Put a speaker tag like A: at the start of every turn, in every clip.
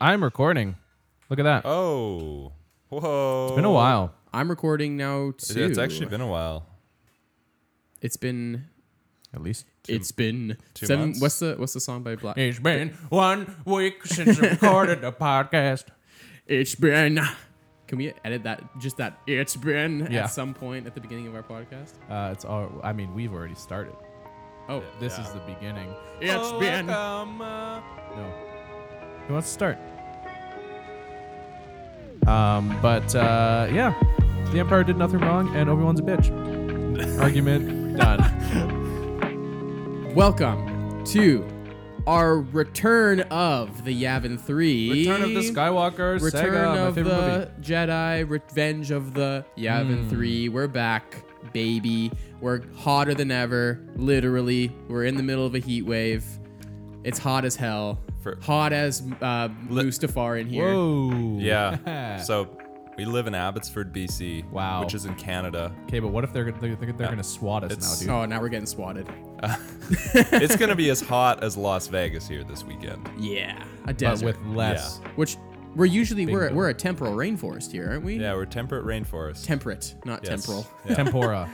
A: I'm recording. Look at that.
B: Oh, whoa!
A: It's been a while.
C: I'm recording now
B: It-
C: too.
B: It's actually been a while.
C: It's been.
A: At least.
C: It's been.
B: two
C: seven,
B: months?
C: What's the What's the song by Black?
A: It's been one week since I recorded a podcast.
C: It's been. Can we edit that? Just that. It's been
A: Yeah.
C: at some point at the beginning of our podcast.
A: Uh, it's all. I mean, we've already started.
C: Oh,
A: This is the beginning.
C: it's
B: Oh,
C: been.
A: um, uh, No. Who wants to start? Um, but uh, yeah, the Empire did nothing wrong, and Obi Wan's a bitch. Argument done.
C: Welcome to our return of the Yavin Three.
A: Return of the Skywalker.
C: Return
A: Sega, my
C: of
A: favorite movie. Hmm.
C: the Jedi, Revenge of the Yavin 3. We're back, baby. We're hotter than ever, literally. We're in the middle of a heat wave. It's hot as hell.
B: For-
C: hot as uh, Mustafar in here.
A: Whoa.
B: Yeah. so we live in Abbotsford, BC.
A: Wow.
B: Which is in Canada.
A: Okay, but what if they're gonna- they're, they're, they're gonna swat us
B: It's-
A: now,
C: Oh, now we're getting swatted.
B: it's gonna be as hot as Las Vegas here this weekend.
C: Yeah. A
A: dude? But
C: desert.
A: with less.
C: Which we're usually, we're,
A: Bingo.
C: we're a temporal rainforest here, aren't we?
B: Yeah, we're temperate rainforest.
C: Temperate, not
B: Yes.
C: temporal.
B: Yeah.
A: Tempora.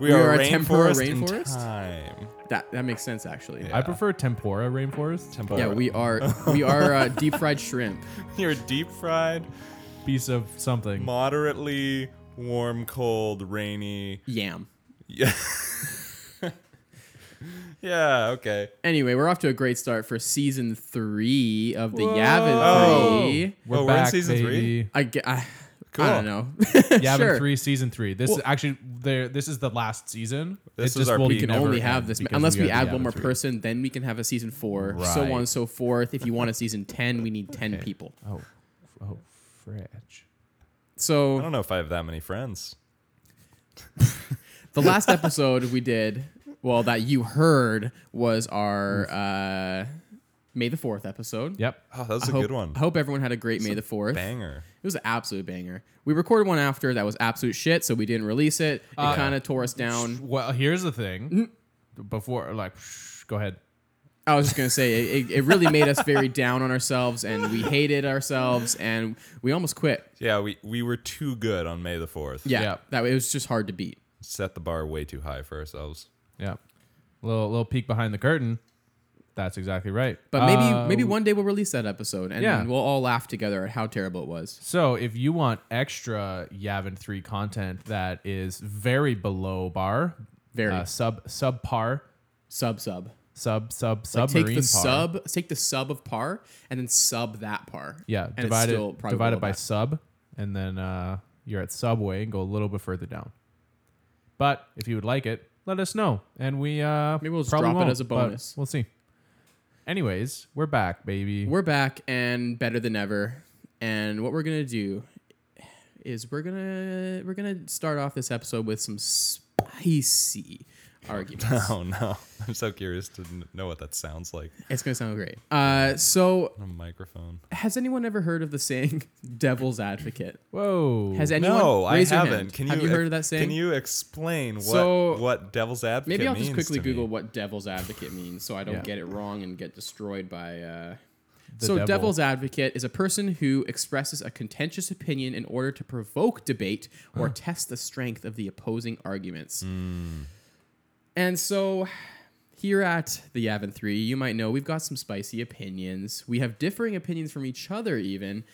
B: we,
C: we
B: are,
C: are a
B: rainforest
C: temperate
B: in
C: rainforest?
B: time.
C: That, that makes sense, actually.
A: I prefer tempura rainforest.
B: Temperate.
C: Yeah, we are we are uh, deep fried shrimp.
B: You're deep fried,
A: Piece of something.
B: moderately warm, cold, rainy.
C: Yam.
B: Yeah. yeah. Okay.
C: Anyway, we're off to a great start for season three of the
A: Whoa.
C: Yavin Three.
B: We're Oh, we're in season three?
C: I, ge- I,
B: Cool.
C: I don't know.
A: Yavin
C: Sure.
A: three, season three. This is actually there. This is the last season.
B: This is our
A: will
B: peak. We
C: We can
A: never
C: only have
A: end
C: this ma-
A: because
C: unless we,
A: are the
C: add one
A: Yavin
C: more
A: 3.
C: person. Then we can have a season four, so
B: Right.
C: on and so forth. If you want a season ten, we need ten people.
A: Oh, f- oh, fridge.
B: I
C: So
B: don't know if I have that many friends.
C: the last episode we did, well, that you heard was our uh, May the Fourth episode.
A: Yep.
B: Oh, that was a
C: hope,
B: good one.
C: I hope everyone had a great May the Fourth.
B: Banger.
C: It was an absolute banger. We recorded one after that was absolute shit, so we didn't release it. It
A: Uh,
C: kind of tore us down.
A: Well, here's the thing.
C: Mm-hmm.
A: Before, like, shh, go ahead.
C: I was just gonna say it, it, it really made us very down on ourselves, and we hated ourselves, and we almost quit.
B: Yeah, we, we were too good on May the 4th.
C: Yeah,
A: Yeah.
C: that it was just hard to beat.
B: Set the bar way too high for ourselves.
A: Yeah. Little little peek behind the curtain. That's exactly right.
C: But maybe
A: Uh,
C: maybe one day we'll release that episode, and
A: Yeah.
C: we'll all laugh together at how terrible it was.
A: So if you want extra Yavin 3 content that is very below bar,
C: Very.
A: uh, sub subpar,
C: Sub sub.
A: sub sub
C: Like
A: submarine
C: take the
A: par.
C: sub, take the sub of par, and then sub that par.
A: yeah,
C: and
A: divide
C: it's still
A: it
C: probably
A: divide it
C: below
A: by
C: that.
A: sub and then uh, you're at subway and go a little bit further down. But if you would like it, let us know and we uh
C: Maybe we'll just
A: probably
C: drop it
A: won't,
C: as a
A: but
C: bonus.
A: We'll see. Anyways, we're back, baby.
C: We're back and better than ever, and what we're gonna do is we're gonna we're gonna start off this episode with some spicy arguments.
B: Oh, no. I'm so curious to kn- know what that sounds like
C: It's gonna sound great. Uh, so
B: on a microphone.
C: has anyone ever heard of the saying "devil's advocate"?
A: Whoa.
C: Has anyone?
B: no, I
C: raise your
B: haven't.
C: hand.
B: Can you, uh,
C: Have you heard of that saying?
B: Can you explain what,
C: So-
B: what devil's advocate
C: Maybe I'll just
B: means
C: quickly
B: to me?
C: Google what "devil's advocate" means, so I don't
A: Yeah.
C: get it wrong and get destroyed by. Uh...
A: The
C: so,
A: devil.
C: devil's advocate is a person who expresses a contentious opinion in order to provoke debate or test the strength of the opposing arguments.
B: Hmm.
C: And so, here at the Yavin 3, you might know we've got some spicy opinions. We have differing opinions from each other, even.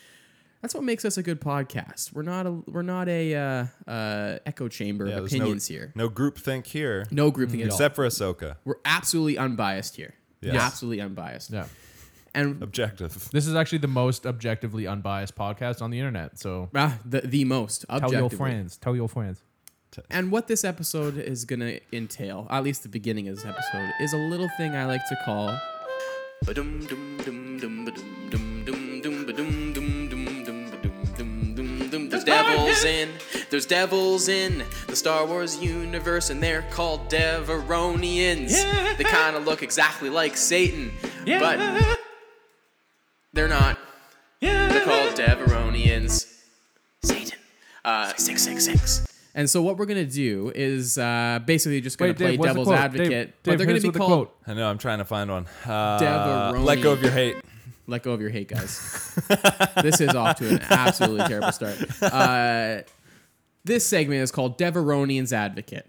C: That's what makes us a good podcast. We're not a we're not a uh, uh, echo chamber
B: Yeah,
C: of
B: there's no- Mm,
C: opinions here.
B: No groupthink here,
C: No grouping at all.
B: except for Ahsoka.
C: We're absolutely unbiased here.
B: Yes.
C: Absolutely unbiased.
A: Yeah.
C: And
B: Objective.
A: This is actually the most objectively unbiased podcast on the internet. So
C: ah, the, the most
A: tell your
C: objective.
A: friends. Tell your friends.
C: And what this episode is going to entail, at least the beginning of this episode, is a little thing I like to call. There's devils in, there's devils in the Star Wars universe, and they're called Deveronians. They kind of look exactly like Satan, but they're not. They're called Deveronians. Satan. Uh, six six six. And so what we're gonna do is uh, basically just gonna
A: Wait,
C: play
A: Dave, what's the
C: devil's
A: quote?
C: advocate,
A: Dave,
C: but
A: Dave, hit
C: they're gonna
A: us
C: be
A: with a
C: called
A: quote.
B: I know, I'm trying to find one. Uh, let
C: Deveroni.
B: go of your hate.
C: Let go of your hate, guys. this is off to an absolutely terrible start. Uh, this segment is called Deveronian's Advocate.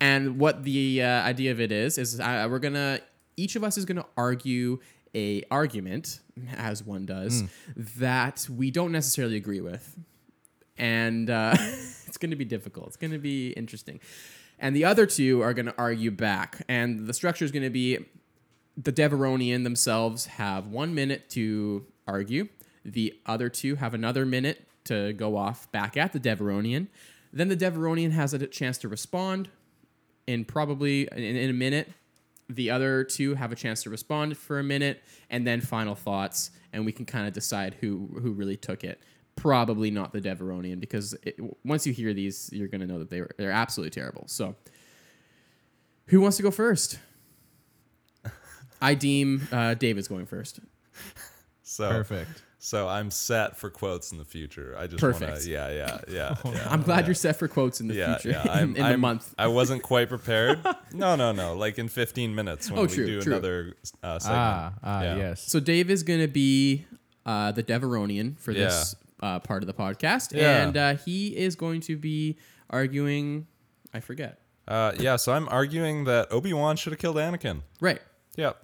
C: And what the uh, idea of it is is uh, we're gonna each of us is gonna argue a argument as one does that we don't necessarily agree with, and uh, it's gonna be difficult. It's gonna be interesting, and the other two are gonna argue back, and the structure is gonna be the Deveronian themselves have one minute to argue. The other two have another minute to go off back at the Deveronian. Then the Deveronian has a chance to respond in probably in, in a minute. The other two have a chance to respond for a minute, and then final thoughts, and we can kind of decide who who really took it. Probably not the Deveronian because it, w- once you hear these, you're gonna know that they were they're absolutely terrible. So, who wants to go first? I deem uh, David's going first.
B: So
A: Oh. Perfect.
B: So I'm set for quotes in the future. I just want
C: Perfect.
B: to. Yeah, yeah, yeah. yeah.
C: I'm glad you're set for quotes in the
B: yeah,
C: future
B: yeah.
C: in,
B: I'm,
C: in the
B: I'm-
C: month.
B: I wasn't quite prepared. No, no, no. Like in 15 minutes when
C: Oh,
B: we
C: true,
B: do
C: true.
B: another uh, segment.
A: Ah, ah,
B: Yeah.
A: yes.
C: So Dave is going to be uh, the Deveronian for this uh, part of the podcast,
B: Yeah.
C: and uh, he is going to be arguing. I forget.
B: Uh, yeah. So I'm arguing that Obi Wan should have killed Anakin.
C: Right,
B: Yep.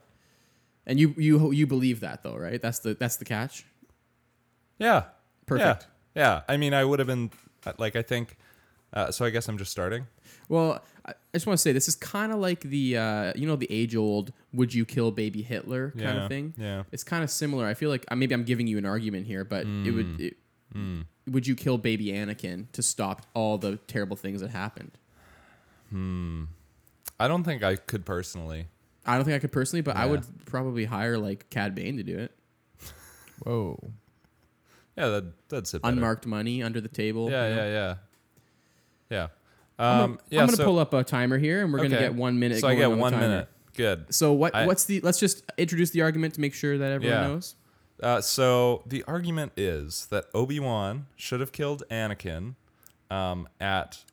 C: and you you you believe that though, right? That's the that's the catch.
B: Yeah.
C: Perfect.
B: Yeah. yeah. I mean, I would have been like, I think. Uh, so I guess I'm just starting.
C: Well, I I just want to say this is kind of like the uh, you know the age old "Would you kill baby Hitler" kind
B: Yeah,
C: of thing.
B: yeah.
C: it's kind of similar. I feel like uh, maybe I'm giving you an argument here, but it
B: Mm.
C: would. It, Would you kill baby Anakin to stop all the terrible things that happened?
B: I don't think I could personally.
C: I don't think I could personally, but I
B: Yeah.
C: would probably hire like Cad Bane to do it.
A: Whoa.
B: Yeah, that, that's it. better.
C: Unmarked money under the table.
B: Yeah, yeah, yeah. Yeah. Um, yeah.
C: I'm gonna
B: so,
C: pull up a timer here, and we're gonna
B: okay.
C: get one minute.
B: So I
C: going
B: get
C: on the
B: one
C: timer.
B: minute. Good.
C: So what?
B: I-
C: what's the? Let's just introduce the argument to make sure that everyone
B: Yeah.
C: knows.
B: Uh, so the argument is that Obi Wan should have killed Anakin um, at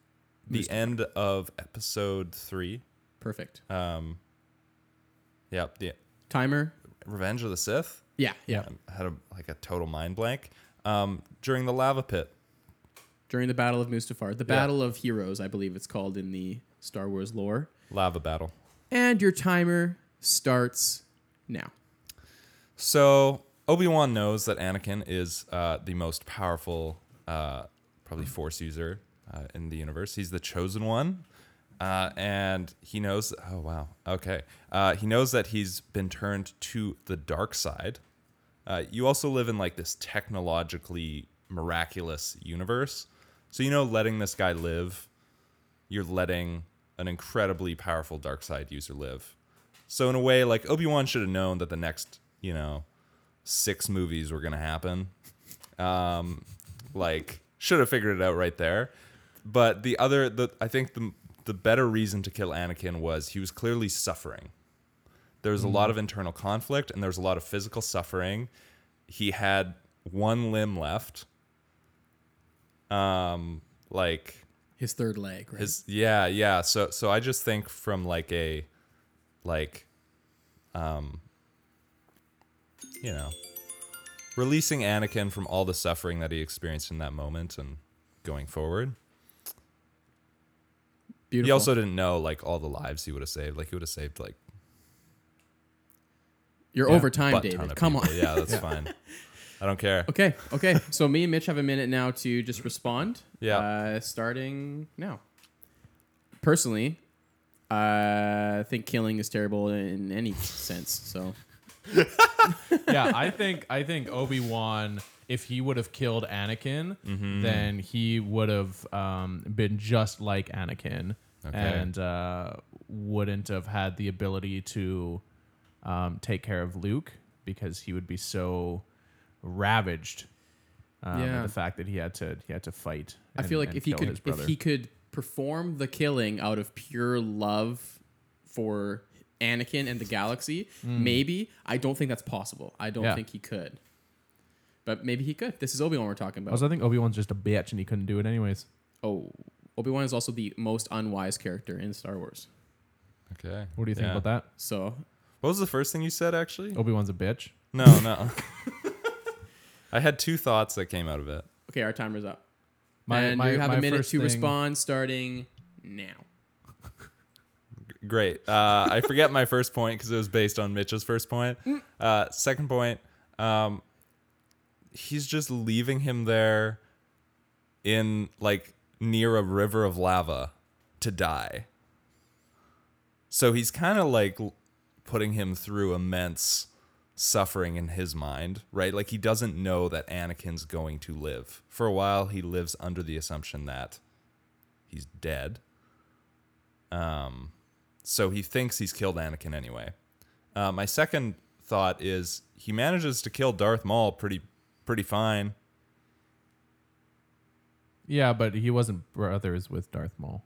B: the end of Episode Three.
C: Perfect.
B: Um, yep. The
C: Timer.
B: Revenge of the Sith.
C: Yeah, yeah.
B: I had a, like a total mind blank um, during the lava pit.
C: During the Battle of Mustafar, the Battle of Heroes, I believe it's called in the Star Wars lore.
B: Lava battle.
C: And your timer starts now.
B: So Obi Wan knows that Anakin is uh, the most powerful, uh, probably Force user uh, in the universe. He's the chosen one, uh, and he knows. Oh wow, okay. Uh, he knows that he's been turned to the dark side. Uh, you also live in like this technologically miraculous universe, so you know letting this guy live, you're letting an incredibly powerful dark side user live. So in a way, like Obi Wan should have known that the next, you know, six movies were gonna happen. Um, like should have figured it out right there. But the other, the I think the the better reason to kill Anakin was he was clearly suffering. There was a lot of internal conflict and there was a lot of physical suffering. He had one limb left. Um, like
C: His third leg, right?
B: his yeah, yeah. So so I just think from like a like um you know releasing Anakin from all the suffering that he experienced in that moment and going forward.
C: Beautiful.
B: He also didn't know like all the lives he would have saved. Like he would have saved like
C: You're
A: Yeah,
C: over time,
B: butt ton
C: David.
B: of
C: Come
B: people.
C: on.
B: Yeah, that's fine. I don't care.
C: Okay, okay. So me and Mitch have a minute now to just respond.
B: Yeah.
C: Uh, starting now. Personally, uh, I think killing is terrible in any sense. So
A: yeah, I think I think Obi Wan, if he would have killed Anakin,
C: Mm-hmm.
A: then he would have um, been just like Anakin,
B: Okay.
A: and uh, wouldn't have had the ability to um, take care of Luke because he would be so ravaged. Um, with
C: Yeah.
A: the fact that he had to he had to fight.
C: I feel
A: and-
C: like
A: and
C: if he
A: kill
C: could
A: his brother.
C: if he could perform the killing out of pure love for Anakin and the galaxy, maybe I don't think that's possible. I don't
A: Hmm. Yeah.
C: think he could. But maybe he could. This is Obi Wan we're talking about.
A: also I think Obi Wan's just a bitch and he couldn't do it anyways.
C: oh, Obi Wan is also the most unwise character in Star Wars.
B: Okay.
A: What do you think about that? Oh.
C: So
B: What was the first thing you said actually?
A: Obi Wan's a bitch.
B: No, no. I had two thoughts that came out of it.
C: Okay, our timer's up.
A: My-
C: and
A: my-
C: you have
A: my
C: a minute
A: first
C: to
A: thing-
C: respond starting now.
B: Great. Uh, I forget my first point because it was based on Mitch's first point. Uh, second point, um, he's just leaving him there in like near a river of lava to die. So he's kind of like l- putting him through immense suffering in his mind, right? Like he doesn't know that Anakin's going to live. For a while, he lives under the assumption that he's dead. Um, so he thinks he's killed Anakin anyway. Uh, my second thought is he manages to kill Darth Maul pretty pretty fine.
A: Yeah, but he wasn't brothers with Darth Maul.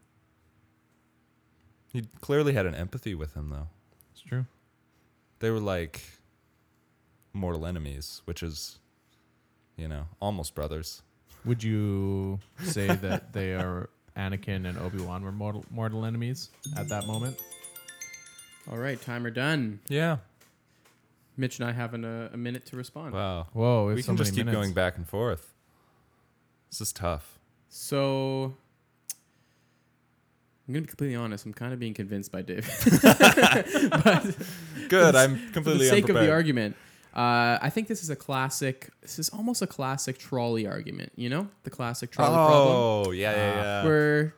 B: He clearly had an empathy with him though.
A: It's true.
B: They were like mortal enemies, which is you know, almost brothers.
A: Would you say that they are Anakin and Obi Wan were mortal, mortal enemies at that moment?
C: All right, timer done.
B: Yeah.
C: Mitch and I have an, uh, a minute to respond.
B: Wow.
A: Whoa,
B: we can just keep going back and forth. This is tough.
C: So I'm gonna be completely honest. I'm kind of being convinced by Dave.
B: Good. I'm
C: For the
B: completely
C: sake of
B: unprepared.
C: the argument, uh, I think this is a classic. This is almost a classic trolley argument. You know, the classic trolley problem,
B: Oh, yeah, yeah, yeah.
C: where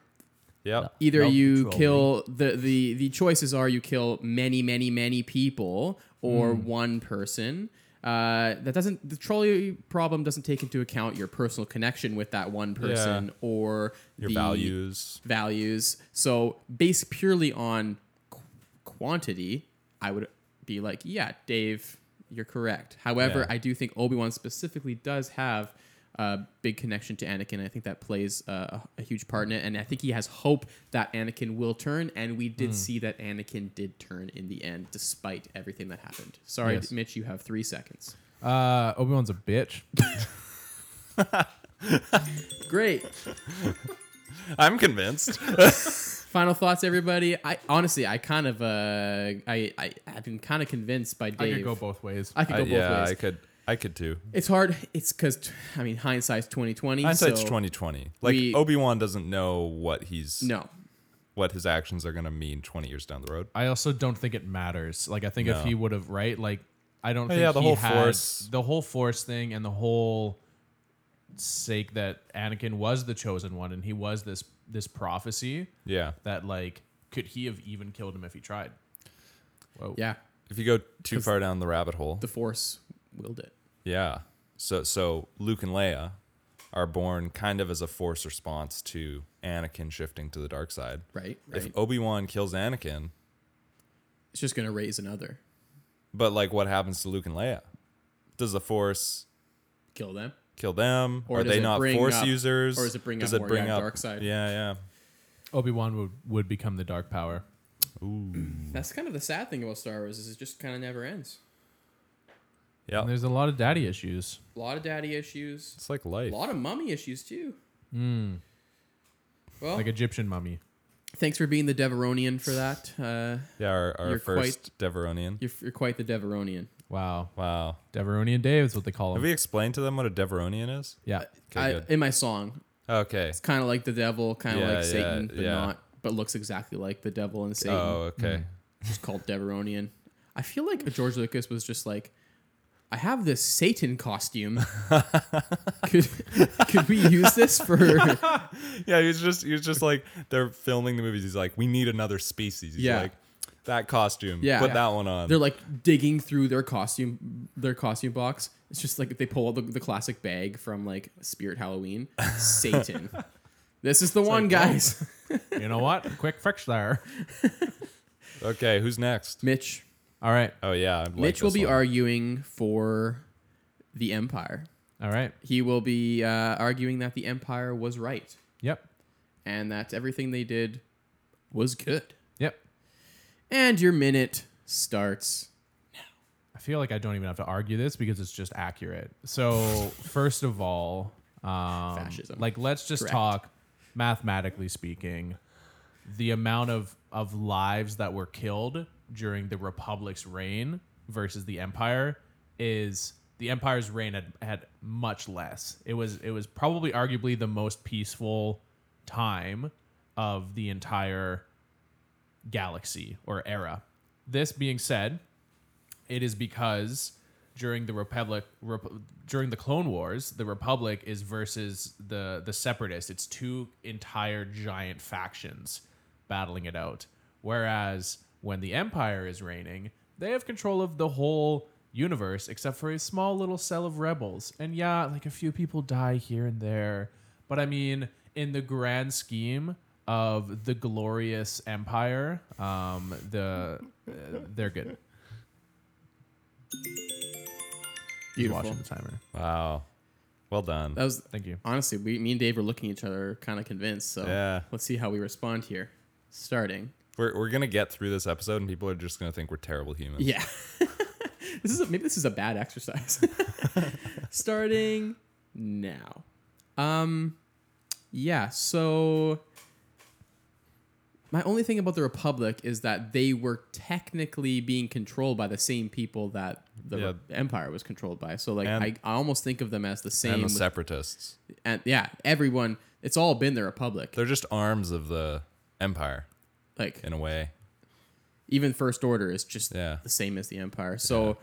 B: yep.
C: either
A: Nope,
C: you
A: trolley.
C: kill the the the choices are you kill many many many people or
B: Hmm.
C: one person. Uh, that doesn't the trolley problem doesn't take into account your personal connection with that one person or
B: Your
C: the
B: values.
C: values. So based purely on qu- quantity, I would be like, yeah, Dave, you're correct. However,
B: Yeah.
C: I do think Obi Wan specifically does have a big connection to Anakin. I think that plays uh, a, a huge part in it, and I think he has hope that Anakin will turn. And we
A: Hmm.
C: did see that Anakin did turn in the end, despite everything that happened. Sorry,
A: Yes.
C: Mitch, you have three seconds.
A: Uh, Obi Wan's a bitch.
C: Great.
B: I'm convinced.
C: Final thoughts, everybody. I honestly, I kind of, uh, I, I, I've been kind of convinced by
A: I
C: Dave.
A: could go both ways.
C: I could
B: I-
C: go both
B: yeah,
C: ways.
B: I could. I could too.
C: It's hard. It's because I mean hindsight's twenty twenty.
B: Hindsight's
C: so
B: twenty twenty. Like
C: we-
B: Obi Wan doesn't know what he's
C: No,
B: what his actions are gonna mean twenty years down the road.
A: I also don't think it matters. Like I think
B: No.
A: if he would have right, like I don't think
B: yeah, the
A: he
B: whole
A: had
B: Force-
A: the whole force thing and the whole sake that Anakin was the chosen one and he was this this prophecy
B: Yeah.
A: that like could he have even killed him if he tried? Whoa.
C: yeah,
B: If you go too far down the rabbit hole.
C: the force willed it.
B: yeah. So so Luke and Leia are born kind of as a force response to Anakin shifting to the dark side.
C: Right, right.
B: If Obi Wan kills Anakin,
C: it's just gonna raise another.
B: but like what happens to Luke and Leia? Does the force
C: Kill them.
B: kill them?
C: Or
B: are
C: does
B: they
C: it
B: not
C: bring
B: force
C: up-
B: users?
C: or does it bring
B: does
C: up
B: it
C: more
B: bring
C: yeah,
B: up
C: dark side?
B: Yeah, yeah.
A: Obi Wan would would become the dark power.
C: That's kind of the sad thing about Star Wars is it just kind of never ends.
B: Yeah.
A: And there's a lot of daddy issues.
C: A lot of daddy issues.
B: It's like
C: A
B: life.
C: lot of mummy issues too.
B: Hmm.
C: Well,
A: Like Egyptian mummy.
C: thanks for being the Deveronian for that. Uh,
B: Yeah, our, our
C: You're
B: first Deveronian.
C: you're, you're quite the Deveronian.
A: Wow.
B: Wow.
A: Deveronian Dave is what they call him.
B: Have we explained to them what a Deveronian is?
A: yeah.
B: Okay,
C: I,
B: good.
C: in my song,
B: Okay.
C: it's kind of like the devil, kind of
B: Yeah,
C: like
B: yeah,
C: Satan, but
B: yeah.
C: not, but looks exactly like the devil and Satan. Hmm.
B: Oh, okay.
C: just called Deveronian. I feel like George Lucas was just like, I have this Satan costume. could, could we use this for?
B: Yeah, he was just he was just like they're filming the movies. He's like, we need another species. He's
C: Yeah.
B: like, that costume.
C: Yeah.
B: Put
C: Yeah.
B: that one on.
C: They're like digging through their costume, their costume box. It's just like they pull out the, the classic bag from like Spirit Halloween. Satan. This is the one,
B: oh.
C: guys.
A: You know what? Quick fix there.
B: okay, who's next?
C: Mitch.
A: All right.
B: Oh yeah, I like
C: Mitch will
B: this
C: be
B: one.
C: arguing for the Empire.
A: All right.
C: He will be uh, arguing that the Empire was right.
A: Yep.
C: and that everything they did was good.
A: Yep.
C: And your minute starts.
A: I feel like I don't even have to argue this because it's just accurate. So, first of all, um,
C: Fascism.
A: Like, let's just
C: Correct.
A: talk mathematically speaking. The amount of of lives that were killed during the Republic's reign versus the Empire is the Empire's reign had, had much less. It was it was probably arguably the most peaceful time of the entire galaxy or era. This being said, it is because during the republic Rep- during the clone wars the republic is versus the the separatists it's two entire giant factions battling it out whereas when the empire is reigning they have control of the whole universe except for a small little cell of rebels and yeah like a few people die here and there but i mean in the grand scheme of the glorious empire um the uh, they're good Just
C: Beautiful.
A: watching the timer.
B: Wow. Well done.
C: That was
A: Thank you.
C: honestly, we, me and Dave were looking at each other, kind of convinced. So
B: Yeah.
C: let's see how we respond here. Starting.
B: We're, we're gonna get through this episode, and people are just gonna think we're terrible humans.
C: Yeah. this is a, maybe this is a bad exercise. Starting now. Um yeah, so my only thing about the Republic is that they were technically being controlled by the same people that the
B: Yeah.
C: Re- Empire was controlled by. So like
B: And-
C: I, I almost think of them as the same
B: And the
C: with-
B: separatists.
C: and yeah, everyone it's all been the Republic.
B: They're just arms of the empire
C: Like
B: in a way.
C: even first order is just
B: Yeah.
C: the same as the empire so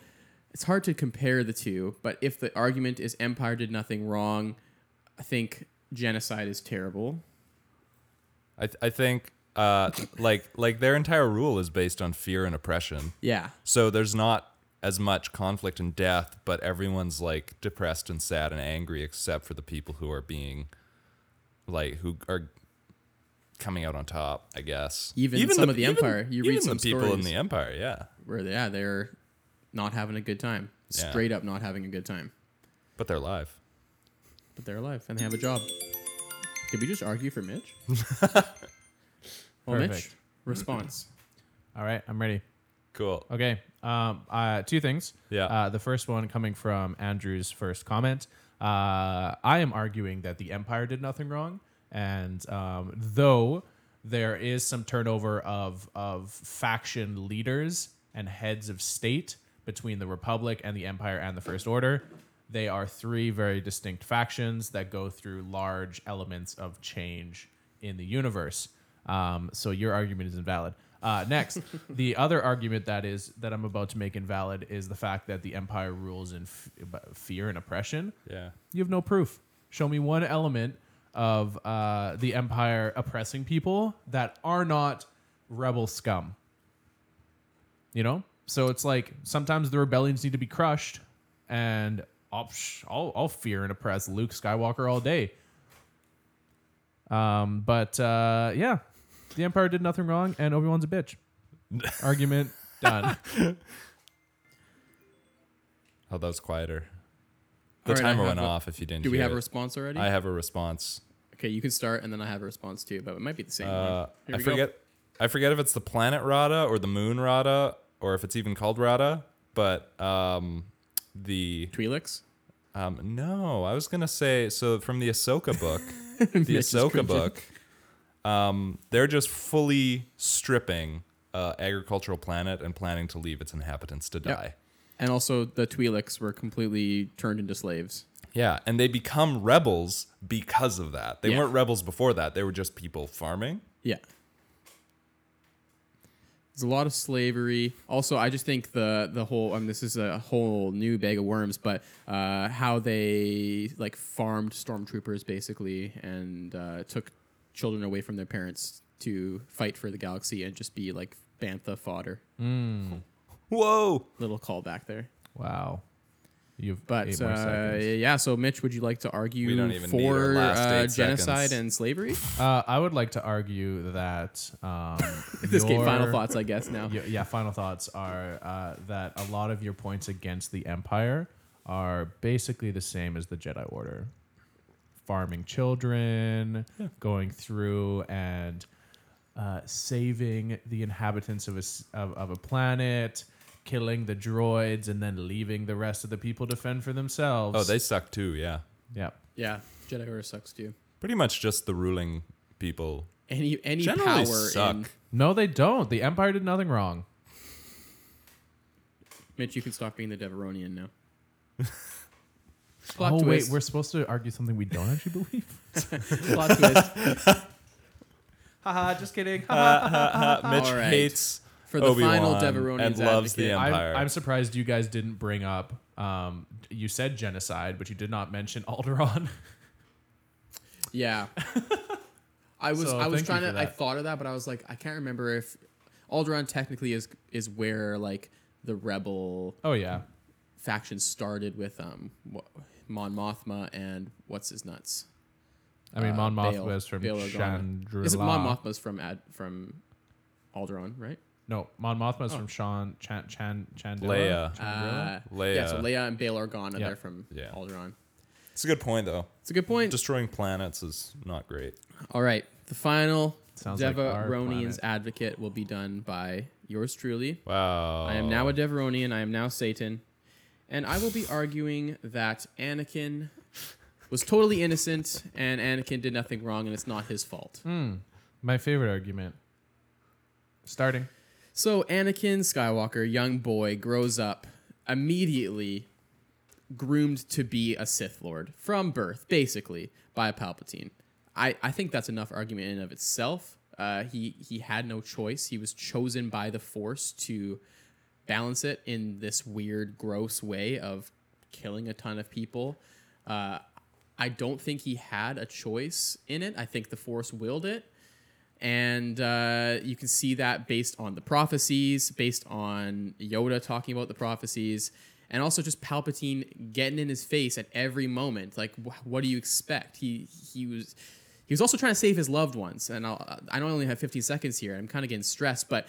C: it's hard to compare the two but if the argument is empire did nothing wrong i think genocide is terrible
B: I, th- I think uh, like like their entire rule is based on fear and oppression.
C: yeah
B: So there's not as much conflict and death, but everyone's like depressed and sad and angry, except for the people who are being like who are coming out on top. I guess
C: Even some of the Empire, you read
B: even
C: some
B: the people in
C: stories.
B: the empire. Yeah,
C: where they- yeah they're not having a good time
B: Yeah.
C: straight up not having a good time
B: but they're alive.
C: but they're alive and they have a job did we just argue for mitch well mitch
A: Perfect.
C: response
A: All right, I'm ready.
B: Cool.
A: Okay. Um, uh, two things.
B: Yeah.
A: Uh, the first one coming from Andrew's first comment. Uh, I am arguing that the Empire did nothing wrong, and um, though there is some turnover of of faction leaders and heads of state between the Republic and the Empire and the First Order, they are three very distinct factions that go through large elements of change in the universe. Um, so your argument is invalid. Uh, next, the other argument that is that I'm about to make invalid is the fact that the empire rules in f- fear and oppression.
B: Yeah.
A: You have no proof. Show me one element of uh, the empire oppressing people that are not rebel scum. You know, so it's like sometimes the rebellions need to be crushed, and I'll, I'll, I'll fear and oppress Luke Skywalker all day. Um, but uh, yeah, the empire did nothing wrong, and Obi Wan's a bitch. Argument done.
B: Oh, that was quieter. The
C: All right, I
B: timer
C: have
B: went
C: a-
B: off. If you didn't,
C: do we
B: hear
C: have a
B: it.
C: response already
B: I have a response.
C: okay you can start and then i have a response too but it might be the same
B: Uh,
C: one. Here
B: I
C: we go.
B: forget. I forget if it's the planet Rada or the moon Rada, or if it's even called Rada. But um, the
C: Twi'leks?
B: um, no, I was gonna say so from the Ahsoka book, the
C: Mitch is cringing.
B: Ahsoka book. Um, they're just fully stripping uh, agricultural planet and planning to leave its inhabitants to die.
C: And also, the Twi'leks were completely turned into slaves.
B: Yeah, and they become rebels because of that. They
C: Yeah.
B: weren't rebels before that. They were just people farming.
C: Yeah. There's a lot of slavery. Also, I just think the the whole I mean, this is a whole new bag of worms, but uh, how they like farmed stormtroopers basically and uh, took children away from their parents to fight for the galaxy and just be like bantha fodder.
B: Whoa!
C: Little callback there.
A: wow, you've
C: But
A: eight more
C: uh,
A: seconds.
C: yeah, so Mitch, would you like to argue
B: We don't even need our
C: for
B: last
C: uh,
B: eight
C: genocide
B: seconds.
C: and slavery?
A: Uh, I would like to argue that um,
C: this game,
A: your-
C: final thoughts, I guess. Now,
A: y- yeah, final thoughts are uh, that a lot of your points against the Empire are basically the same as the Jedi Order, farming children, going through and uh, saving the inhabitants of a s- of, of a planet. Killing the droids and then leaving the rest of the people to fend for themselves.
B: Oh, they suck too. Yeah.
A: yeah.
C: yeah, Jedi Order sucks too.
B: pretty much just the ruling people
C: any any
B: generally
C: power
B: suck.
C: in
A: No, they don't. The Empire did nothing wrong.
C: Mitch. You can stop being the Deveronian now.
A: oh
C: Plot
A: wait,
C: twist.
A: we're supposed to argue something we don't actually believe.
C: plot twist.
A: Haha, just kidding.
B: Mitch
C: All right.
B: hates
C: For the final
B: Obi-Wan
C: Deveronians
B: and loves the
C: advocate.
A: I'm,
B: Empire.
A: I'm surprised you guys didn't bring up. Um, you said genocide, but you did not mention Alderaan.
C: Yeah. I was
A: So,
C: I was
A: thank you
C: trying
A: for
C: to I
A: that.
C: thought of that, but I was like, I can't remember if Alderaan technically is is where like the rebel
A: Oh yeah,
C: faction started with um wha- Mon Mothma and what's his nuts.
A: I mean Mon
C: Uh,
A: Mothma
C: Bail-
A: is from
C: Bail Organa.
A: Chandra.
C: Is it Mon Mothma's from Ad, from Alderaan, right?
A: No, Mon Mothma is from Sean Chan Chan Chandela.
B: Leia.
C: Oh. Uh,
B: Leia.
C: Yeah, so Leia and Bail Organa,
A: Yeah.
C: they're from
B: Yeah.
C: Alderaan.
B: It's a good point though.
C: It's a good point.
B: Destroying planets is not great.
C: All right, the final
A: Sounds like our
C: Deveronians
A: planet.
C: advocate will be done by yours truly.
B: Wow.
C: I am now a Deveronian. I am now Satan. And I will be arguing that Anakin was totally innocent and Anakin did nothing wrong and it's not his fault.
A: My favorite argument. Starting.
C: So Anakin Skywalker, young boy, grows up immediately groomed to be a Sith Lord from birth, basically, by Palpatine. I, I think that's enough argument in and of itself. Uh, he he had no choice. He was chosen by the Force to balance it in this weird, gross way of killing a ton of people. Uh, I don't think he had a choice in it. I think the Force willed it and uh, you can see that based on the prophecies, based on Yoda talking about the prophecies, and also just Palpatine getting in his face at every moment. Like, wh- what do you expect? He he was he was also trying to save his loved ones, and I'll, I know I only have 15 seconds here. I'm kind of getting stressed, but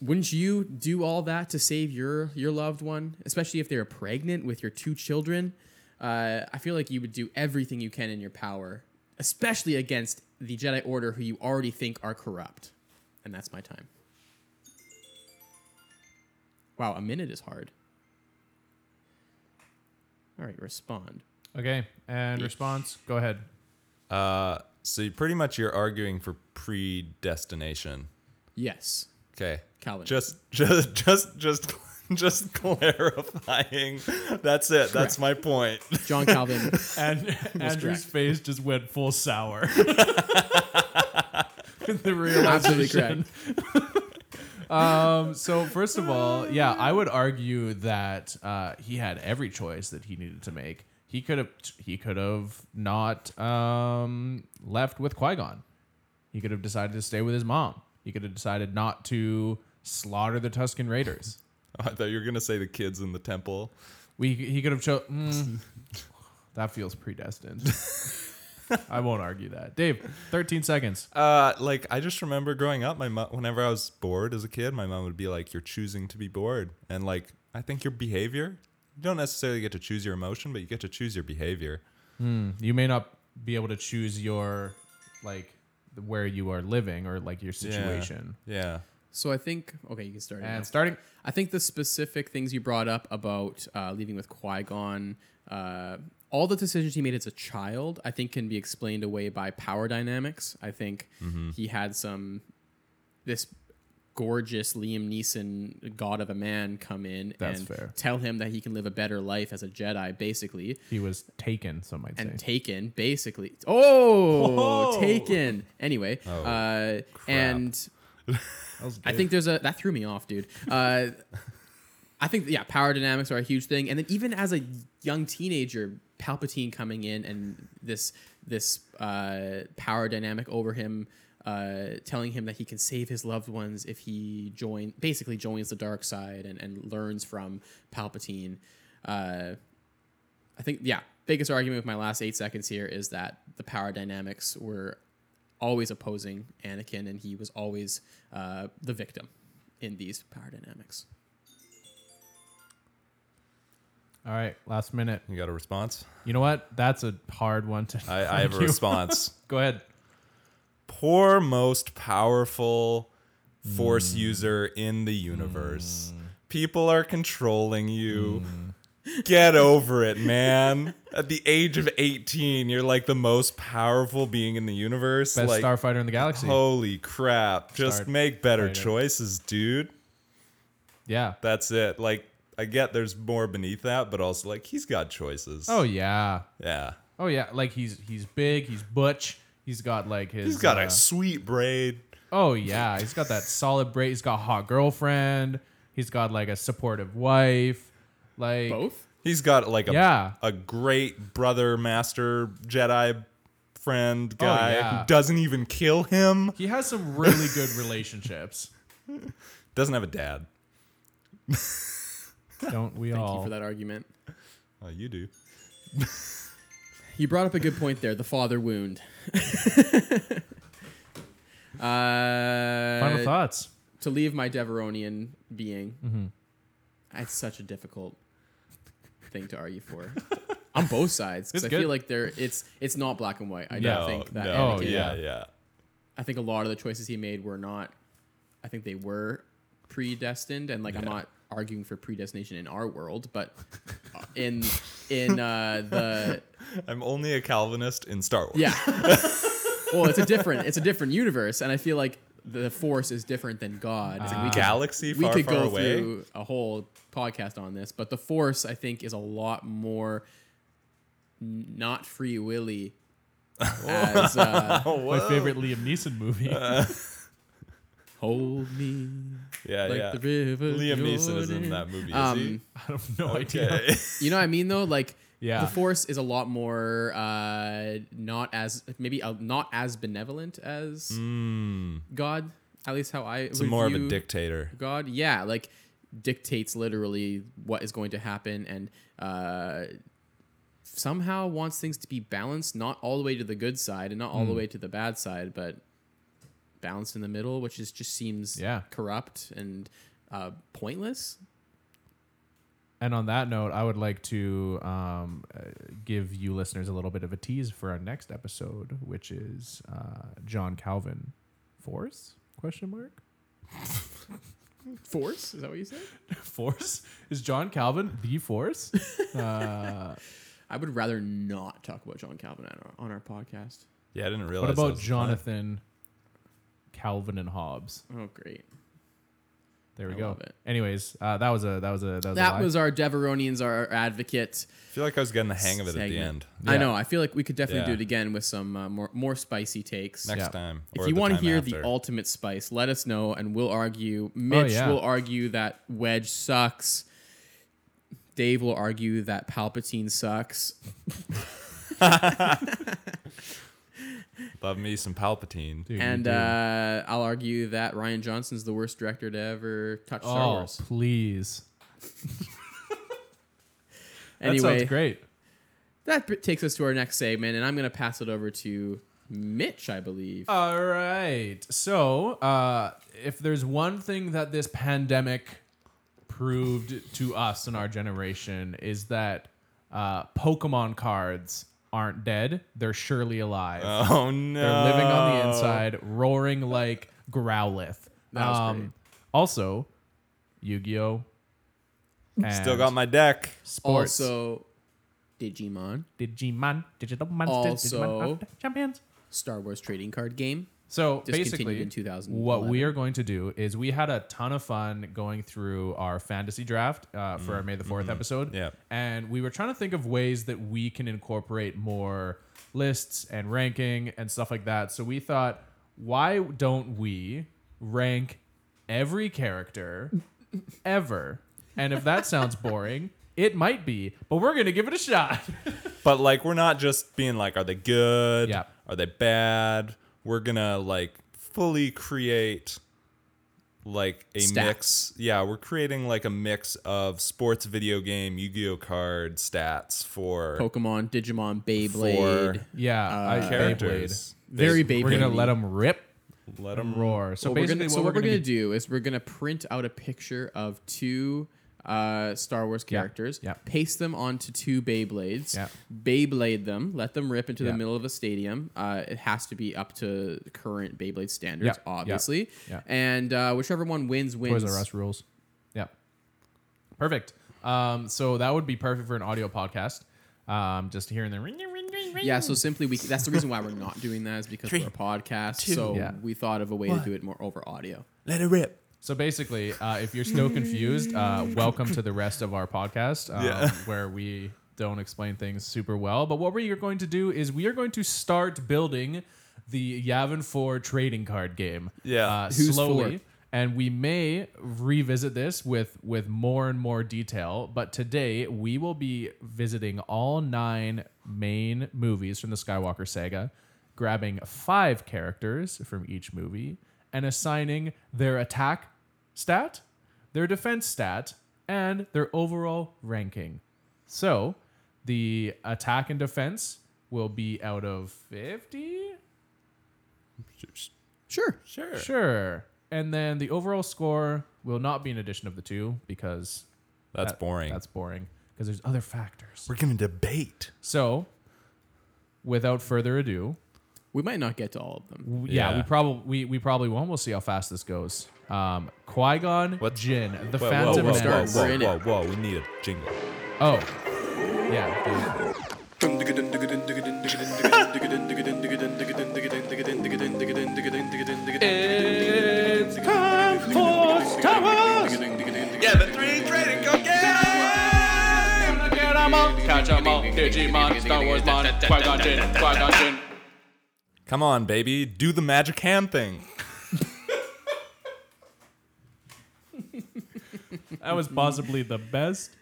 C: wouldn't you do all that to save your your loved one, especially if they're pregnant with your two children? Uh, I feel like you would do everything you can in your power, especially against the Jedi Order, who you already think are corrupt. And that's my time. Wow, a minute is hard. All right, respond.
A: Okay, and response. Go ahead.
B: Uh, so you pretty much you're arguing for predestination.
C: Yes,
B: Okay.
C: Calvin.
B: Just, just, just, just, just clarifying. That's it. That's my point.
C: John Calvin.
A: And Andrew's
C: correct.
A: face just went full sour. With the realization.
C: absolutely correct.
A: Um, so first of all, yeah, I would argue that uh, he had every choice that he needed to make. He could have he could have not um, left with Qui Gon. He could have decided to stay with his mom. He could have decided not to slaughter the Tusken Raiders.
B: I thought you were gonna say the kids in the temple.
A: We he could have chose. Mm, that feels predestined. I won't argue that. Dave, thirteen seconds.
B: Uh, like I just remember growing up, my mom. Whenever I was bored as a kid, my mom would be like, "You're choosing to be bored," and like I think your behavior. You don't necessarily get to choose your emotion, but you get to choose your behavior.
A: You may not be able to choose your like where you are living or like your
B: Yeah.
A: situation.
B: Yeah.
C: So I think okay, you can start. it now.
A: And starting
C: I think the specific things you brought up about uh, leaving with Qui Gon, uh, all the decisions he made as a child, I think can be explained away by power dynamics. I think
A: Mm-hmm.
C: he had some this gorgeous Liam Neeson god of a man come in
A: That's
C: and
A: fair.
C: tell him that he can live a better life as a Jedi, basically
A: he was taken, some might
C: and
A: say.
C: Taken, basically. Oh,
B: Whoa.
C: Taken. Anyway, uh, and
A: was
C: I think there's a that threw me off, dude. Uh, I think yeah, power dynamics are a huge thing, and then even as a young teenager, Palpatine coming in and this this uh, power dynamic over him. Uh, telling him that he can save his loved ones if he join basically joins the dark side and, and learns from Palpatine. Uh, I think yeah, biggest argument with my last eight seconds here is that the power dynamics were always opposing Anakin, and he was always uh, the victim in these power dynamics.
A: All right, last minute.
B: You got a response?
A: You know what? That's a hard one to
B: I, I have a
A: argue.
B: response.
A: Go ahead.
B: poor most powerful
A: Mm.
B: force user in the universe. People are controlling you.
A: Mm.
B: Get over it, man. At the age of 18, you're like the most powerful being in the universe.
A: Best
B: like,
A: starfighter in the galaxy.
B: holy crap. Just
A: Start
B: make better
A: fighting.
B: choices, dude.
A: yeah.
B: That's it. Like I get there's more beneath that, but also like he's got choices.
A: Oh yeah.
B: yeah,
A: Oh yeah. Like he's he's big. He's butch. He's got like his.
B: he's got
A: uh,
B: a sweet braid.
A: Oh yeah, he's got that solid break. He's got a hot girlfriend. He's got like a supportive wife. Like
C: Both?
B: He's got like a
A: Yeah.
B: a great brother, master, Jedi friend
C: Oh,
B: guy
A: yeah.
B: who doesn't even kill him.
A: He has some really good relationships.
B: Doesn't have a dad.
A: Don't we
C: Thank
A: all?
C: you for that argument.
B: Oh, you do.
C: You brought up a good point there. The father wound. uh,
A: Final thoughts.
C: To leave my Deveronian being,
A: Mm-hmm.
C: it's such a difficult thing to argue for on both sides because
A: It's
C: I
A: good. Oh,
C: feel like there it's it's not black and white. I
B: No,
C: don't think that.
B: no,
A: Anakin-
B: yeah, yeah.
C: I think a lot of the choices he made were not. I think they were predestined, and like I'm not arguing for predestination in our world, but uh, in in uh, the
B: I'm only a Calvinist in Star Wars.
C: Yeah. well, it's a different it's a different universe, and I feel like the Force is different than God. and we could,
B: Galaxy
C: we
B: far,
C: could
B: far
C: go
B: away.
C: through a whole podcast on this, but the Force I think is a lot more n- not free willy. as uh,
B: Oh,
A: My
B: whoa. Uh,
A: favorite Liam Neeson movie.
C: hold me
B: Yeah,
C: like
B: yeah.
C: the river.
B: Liam Neeson is in
C: Jordan.
B: that movie. Is
C: Um,
A: I have no
B: he?
A: idea.
B: Okay.
C: You know what I mean though? Like
A: Yeah.
C: the force is a lot more uh not as maybe uh, not as benevolent as God, at least how I
B: Mm. It's more of a dictator.
C: God, yeah, like dictates literally what is going to happen and uh somehow wants things to be balanced, not all the way to the good side and not
B: Hmm.
C: all the way to the bad side, but balanced in the middle, which is just seems
A: Yeah.
C: corrupt and uh pointless.
A: And on that note, I would like to um, uh, give you listeners a little bit of a tease for our next episode, which is uh, John Calvin Force? Question mark.
C: Force? Is that what you said?
A: Force is John Calvin the Force? Uh,
C: I would rather not talk about John Calvin on our, on our podcast.
B: Yeah, I didn't realize.
A: what
B: that
A: about
B: was-
A: Jonathan, Calvin, and Hobbes?
C: Oh, great.
A: There we
C: I
A: go.
C: love it.
A: Anyways, uh, that was a that was a that was, a
C: That
A: lie.
C: was our Deveronians, our advocate.
B: I feel like I was getting the hang of it at the
C: segment.
B: end.
C: I
A: Yeah.
C: know. I feel like we could definitely do
B: Yeah.
C: it again with some uh, more more spicy takes.
B: Next
A: Yeah.
B: time.
C: If
B: or
C: you
B: the
C: want to
B: time
C: hear
B: after. Oh,
C: the ultimate spice, let us know, and we'll argue. Mitch
A: yeah.
C: will argue that Wedge sucks. Dave will argue that Palpatine sucks.
B: Love me some Palpatine.
A: Dude, you
C: and
A: did.
C: uh, I'll argue that Ryan Johnson's the worst director to ever touch Star
A: oh
C: Wars.
A: please, that
C: Anyway,
A: sounds great.
C: that b- takes us to our next segment, and I'm going to pass it over to Mitch, I believe.
A: All right. So, uh, if there's one thing that this pandemic proved to us in our generation is that uh, Pokemon cards aren't dead; they're surely alive.
B: Oh no.
A: They're living on the inside, roaring like Growlithe. Um,
C: Oh. That was great.
A: Also, Yu-Gi-Oh. And
B: Still got my deck.
A: sports.
C: Also, Digimon,
A: Digimon, digital monsters, Digimon
C: Also-
A: Monster champions.
C: Star Wars trading card game.
A: So
C: Discontinued
A: basically,
C: in 2011.
A: what we are going to do is we had a ton of fun going through our fantasy draft uh,
C: Mm-hmm.
A: for our May the 4th episode.
B: Yeah.
A: And we were trying to think of ways that we can incorporate more lists and ranking and stuff like that. So we thought, why don't we rank every character ever? And if that sounds boring, it might be, but we're going to give it a shot.
B: But like we're not just being like, are they good?
A: Yeah.
B: Are they bad? We're gonna like fully create like a
C: Stats.
B: mix. Yeah, we're creating like a mix of sports video game, Yu-Gi-Oh card stats for
C: Pokemon, Digimon, Beyblade.
B: For-
A: Yeah. I- Beyblade.
B: characters.
C: Uh, Very
B: They-
C: Beyblade.
A: We're going to let them rip.
B: Let them
A: roar. So
C: What we're
A: basically,
C: gonna,
A: what
C: so what we're
A: gonna
C: going to
A: be-
C: do is we're going to print out a picture of two uh, Star Wars characters,
A: yeah.
C: paste them onto two Beyblades,
A: Yeah.
C: Beyblade them, let them rip into
A: Yeah.
C: the middle of a stadium. Uh, it has to be up to current Beyblade standards,
A: Yeah, yeah,
C: obviously.
A: yeah.
C: And uh, whichever one wins, wins.
A: Toys R Us rules. Yeah. Perfect. Um, so that would be perfect for an audio podcast. Um, just hearing the ring, ring, ring, ring, ring.
C: Yeah, so simply we that's the reason why we're not doing that is because we we're a podcast. so
A: Yeah.
C: we thought of a way to do it more over audio.
B: Let it rip.
A: So basically, uh, if you're still confused, uh, welcome to the rest of our podcast, um,
B: Yeah.
A: where we don't explain things super well. But what we are going to do is we are going to start building the Yavin Four trading card game.
B: Yeah.
A: uh,
C: Who's
A: slowly,
C: for?
A: and we may revisit this with with more and more detail. But today we will be visiting all nine main movies from the Skywalker saga grabbing five characters from each movie and assigning their attack stat, their defense stat, and their overall ranking. So the attack and defense will be out of 50?
C: Sure.
B: Sure.
A: Sure. And then the overall score will not be an addition of the two because
B: That's
A: that-
B: boring.
A: That's boring because there's other factors.
B: We're gonna debate.
A: So, without further ado,
C: We might not get to all of them.
A: W- Yeah,
B: Yeah.
A: we probably we, we probably won't. We'll see how fast this goes. Um, Qui Gon
B: What?
A: Jinn, the
B: Whoa, whoa,
A: Phantom
B: whoa, whoa,
A: Menace.
B: whoa,
C: We're in
B: whoa,
C: it.
B: whoa, We need a jingle.
A: Oh, yeah. dude.
D: It's time for Star Wars! Yeah, the three trading card game! Get 'em all, catch 'em all, Digimon, Star Wars Mon, Qui-Gon Jinn, Qui-Gon Jinn.
B: Come on, baby, do the magic hand thing.
A: that was possibly the best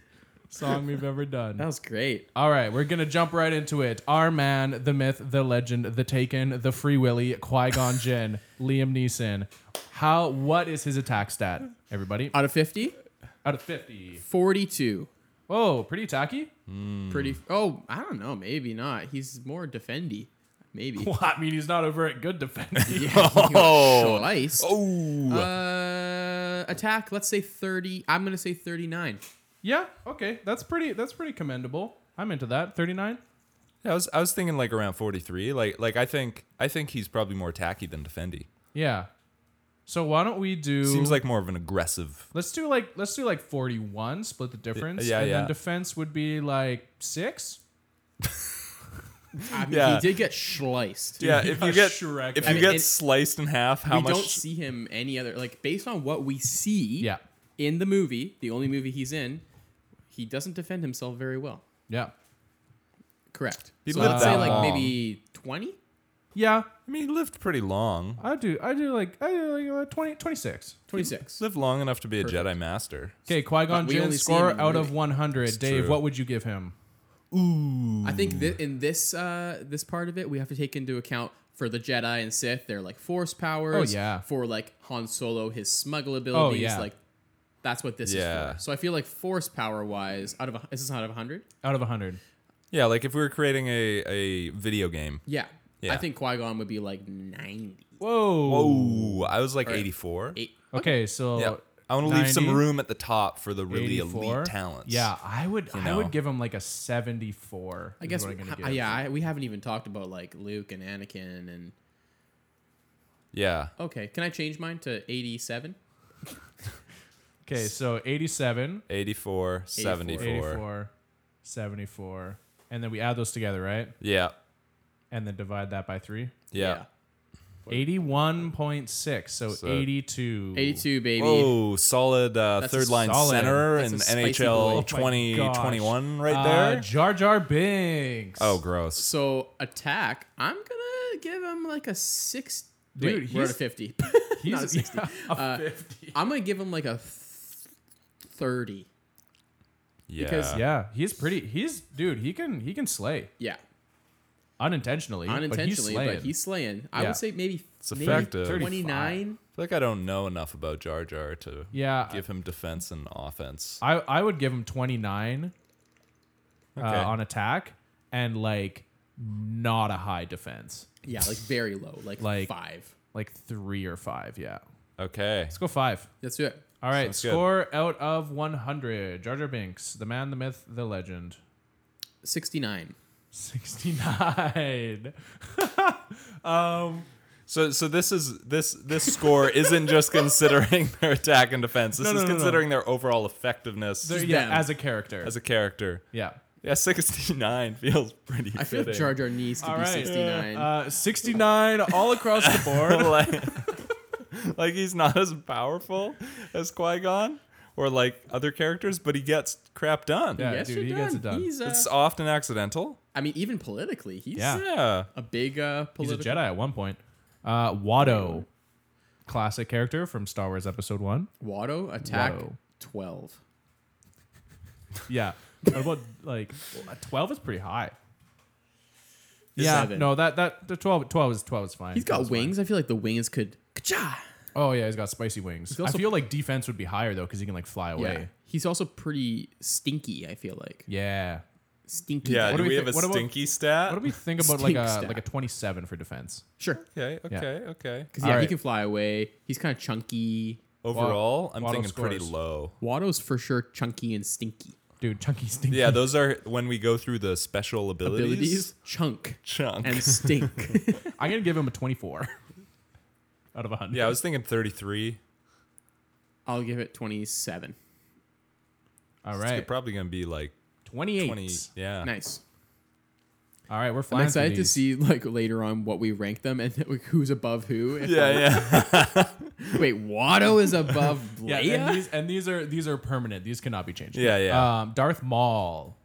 A: song we've ever done.
C: That was great.
A: All right, we're gonna jump right into it. Our man, the myth, the legend, the Taken, the Free Willy, Qui Gon Jinn, Liam Neeson. How? What is his attack stat? Everybody,
C: Out of 50,
A: out of fifty.
C: 42.
A: Whoa, pretty tacky.
B: Mm.
C: Pretty. Oh, I don't know. Maybe not. He's more defendy. Maybe.
A: Well, I mean, he's not a very good defender.
C: Yeah, he got
B: Oh.
C: sliced.
B: Ooh.
C: Uh, attack. Let's say thirty. I'm gonna say thirty-nine.
A: yeah, okay, that's pretty. That's pretty commendable. I'm into that. Thirty nine.
B: Yeah, I was I was thinking like around 43. Like like I think I think he's probably more tacky than Defendi.
A: Yeah. So why don't we do?
B: Seems like more of an aggressive.
A: let's do like let's do like forty one. Split the difference.
B: yeah,
A: and
B: yeah.
A: Then defense would be like six.
C: I mean,
B: Yeah.
C: he did get sliced.
B: Yeah,
A: he
B: if
A: got
B: you get
A: shredded.
B: if you
A: I
C: mean,
B: get
C: it-
B: sliced in half, how
C: we
B: much?
C: don't see him any other. Like based on what we see.
A: Yeah.
C: In the movie, the only movie he's in, he doesn't defend himself very well.
A: Yeah.
C: Correct.
B: He
C: so
B: lived
C: let's say
B: that
C: like
B: long.
C: maybe twenty.
A: Yeah.
B: I mean, he lived pretty long.
A: I do. I do like I do like uh, 20, 26.
C: 26.
B: Lived long enough to be a Jedi Master.
A: Okay, Qui Gon
C: But we
A: Jinn
C: only see
A: score
C: him in
A: out of
C: movie.
A: one hundred. Dave,
B: true.
A: what would you give him?
C: I think that in this uh, this part of it, we have to take into account for the Jedi and Sith, their like force powers.
A: Oh, yeah. Oh,
C: For like Han Solo, his smuggle abilities.
A: yeah.
C: Like that's what this is
B: Yeah.
C: for. So I feel like force power wise, out of a, is this out of hundred?
A: Out of hundred.
B: Yeah, like if we were creating a, a video game.
C: Yeah. I
B: Yeah.
C: think Qui Gon would be like ninety
A: Whoa.
B: Ooh, I was like 84.
C: eight.
A: Okay, so
B: Yeah. I want to leave some
A: 90,
B: room at the top for the really
A: 84.
B: elite talents.
A: Yeah, I would. I
B: know?
A: would give him like a seventy-four.
C: I guess.
A: What I'm gonna
C: ha-
A: give.
C: yeah, I, we haven't even talked about like Luke and Anakin and.
B: Yeah.
C: Okay, can I change mine to eighty-seven?
A: Okay, so 87,
B: 84, 74.
A: 84, 74, and then we add those together, right?
B: Yeah.
A: And then divide that by three.
B: Yeah.
A: Eighty-one point six. So,
B: So-
A: eighty-two.
C: Eighty-two, baby.
B: Oh, solid uh,
C: That's a
B: third line
A: solid-
B: center
C: that's a
B: and
C: spicy boy.
B: NHL
C: Oh
A: my gosh.
B: 2021 right
A: Uh,
B: there.
A: Jar Jar Binks.
B: oh, gross.
C: So attack, I'm gonna give him like a six.
A: Dude,
C: wait, we're
A: he's-
C: at a fifty.
A: He's
C: Not a sixty.
A: yeah, a
C: Uh,
A: 50.
C: I'm gonna give him like a th- thirty.
B: Yeah.
C: because-
A: Yeah, he's pretty. He's dude. He can he can slay
C: Yeah,
A: unintentionally.
C: unintentionally, but he's slaying.
A: slaying.
C: I
A: Yeah.
C: would say maybe
B: It's
C: maybe
B: effective.
C: 29.
B: I feel like I don't know enough about Jar Jar to
A: Yeah.
B: give him defense and offense.
A: I I would give him twenty nine uh,
B: Okay.
A: on attack and like not a high defense,
C: Yeah, like very low, like,
A: Like-
C: five.
A: like three or five. Yeah,
B: Okay.
A: let's go five.
C: Let's do it.
A: All right,
B: Sounds good.
A: score out of one hundred. Jar Jar Binks, the man, the myth, the legend.
C: 69.
A: Sixty nine.
B: So so this is this this score isn't just considering their attack and defense. This
A: No, no,
B: is
A: no, no.
B: considering their overall effectiveness
A: Yeah,
C: them.
A: as a character.
B: as a character.
A: yeah.
B: Yeah, 69 feels pretty
C: I feel like
B: fitting.
C: Jar Jar needs to
A: All
C: be
A: right.
C: 69.
A: Uh, 69 all across the board.
B: Like- like he's not as powerful as Qui Gon or like other characters, but he gets crap done.
A: Yeah,
C: Yes,
A: dude,
C: you're
A: he gets it done.
C: He's, uh,
B: It's often accidental.
C: I mean, even politically, he's
A: Yeah.
B: Yeah.
C: a big uh,
A: He's a
C: political.
A: Jedi at one point. Uh, Watto, classic character from Star Wars Episode One.
C: Watto attack
A: Watto.
C: twelve.
A: Yeah. Uh, what about like twelve is pretty high. Yeah,
C: Seven.
A: no, that that the 12, 12 is twelve is fine.
C: He's
A: 12
C: got
A: is fine.
C: wings. I feel like the wings could. Ka-cha!
A: Oh yeah, he's got spicy wings. I
C: also-
A: feel like defense would be higher though because he can like fly
B: Oh,
C: Yeah.
A: away.
C: He's also pretty stinky. I feel like
A: Yeah.
C: stinky.
B: Yeah.
A: What do
B: do we,
A: we
B: have
A: thi-
B: a
A: what about-
B: stinky stat?
A: What do we think about like
C: Stink
A: a
C: stack.
A: like a twenty seven for defense?
C: sure.
B: okay.
A: Yeah.
B: Okay. Okay.
C: Because yeah, he
A: Alright.
C: can fly away. He's kind of chunky.
B: Overall, I'm
A: Waddle
B: thinking pretty
A: scores.
B: low.
C: Watto's for sure chunky and stinky.
A: Dude, chunky stinky.
B: Yeah, those are when we go through the special abilities.
C: Abilities chunk
B: Chunk.
C: and stink.
A: I'm gonna give him a twenty four out of hundred.
B: yeah, I was thinking 33.
C: I'll give it twenty seven.
A: All
B: It's
A: right.
B: probably going to be like
A: Twenty eight.
B: 20. Yeah.
C: Nice.
A: All right, we're flying.
C: I'm
A: through
C: excited to
A: these.
C: see like later on what we rank them and like, who's above who. If-
B: Yeah, yeah.
C: Wait, Watto is above
A: Yeah,
C: Leia.
A: and these and these are these are permanent. These cannot be changed.
B: Yeah, yeah.
A: Um, Darth Maul.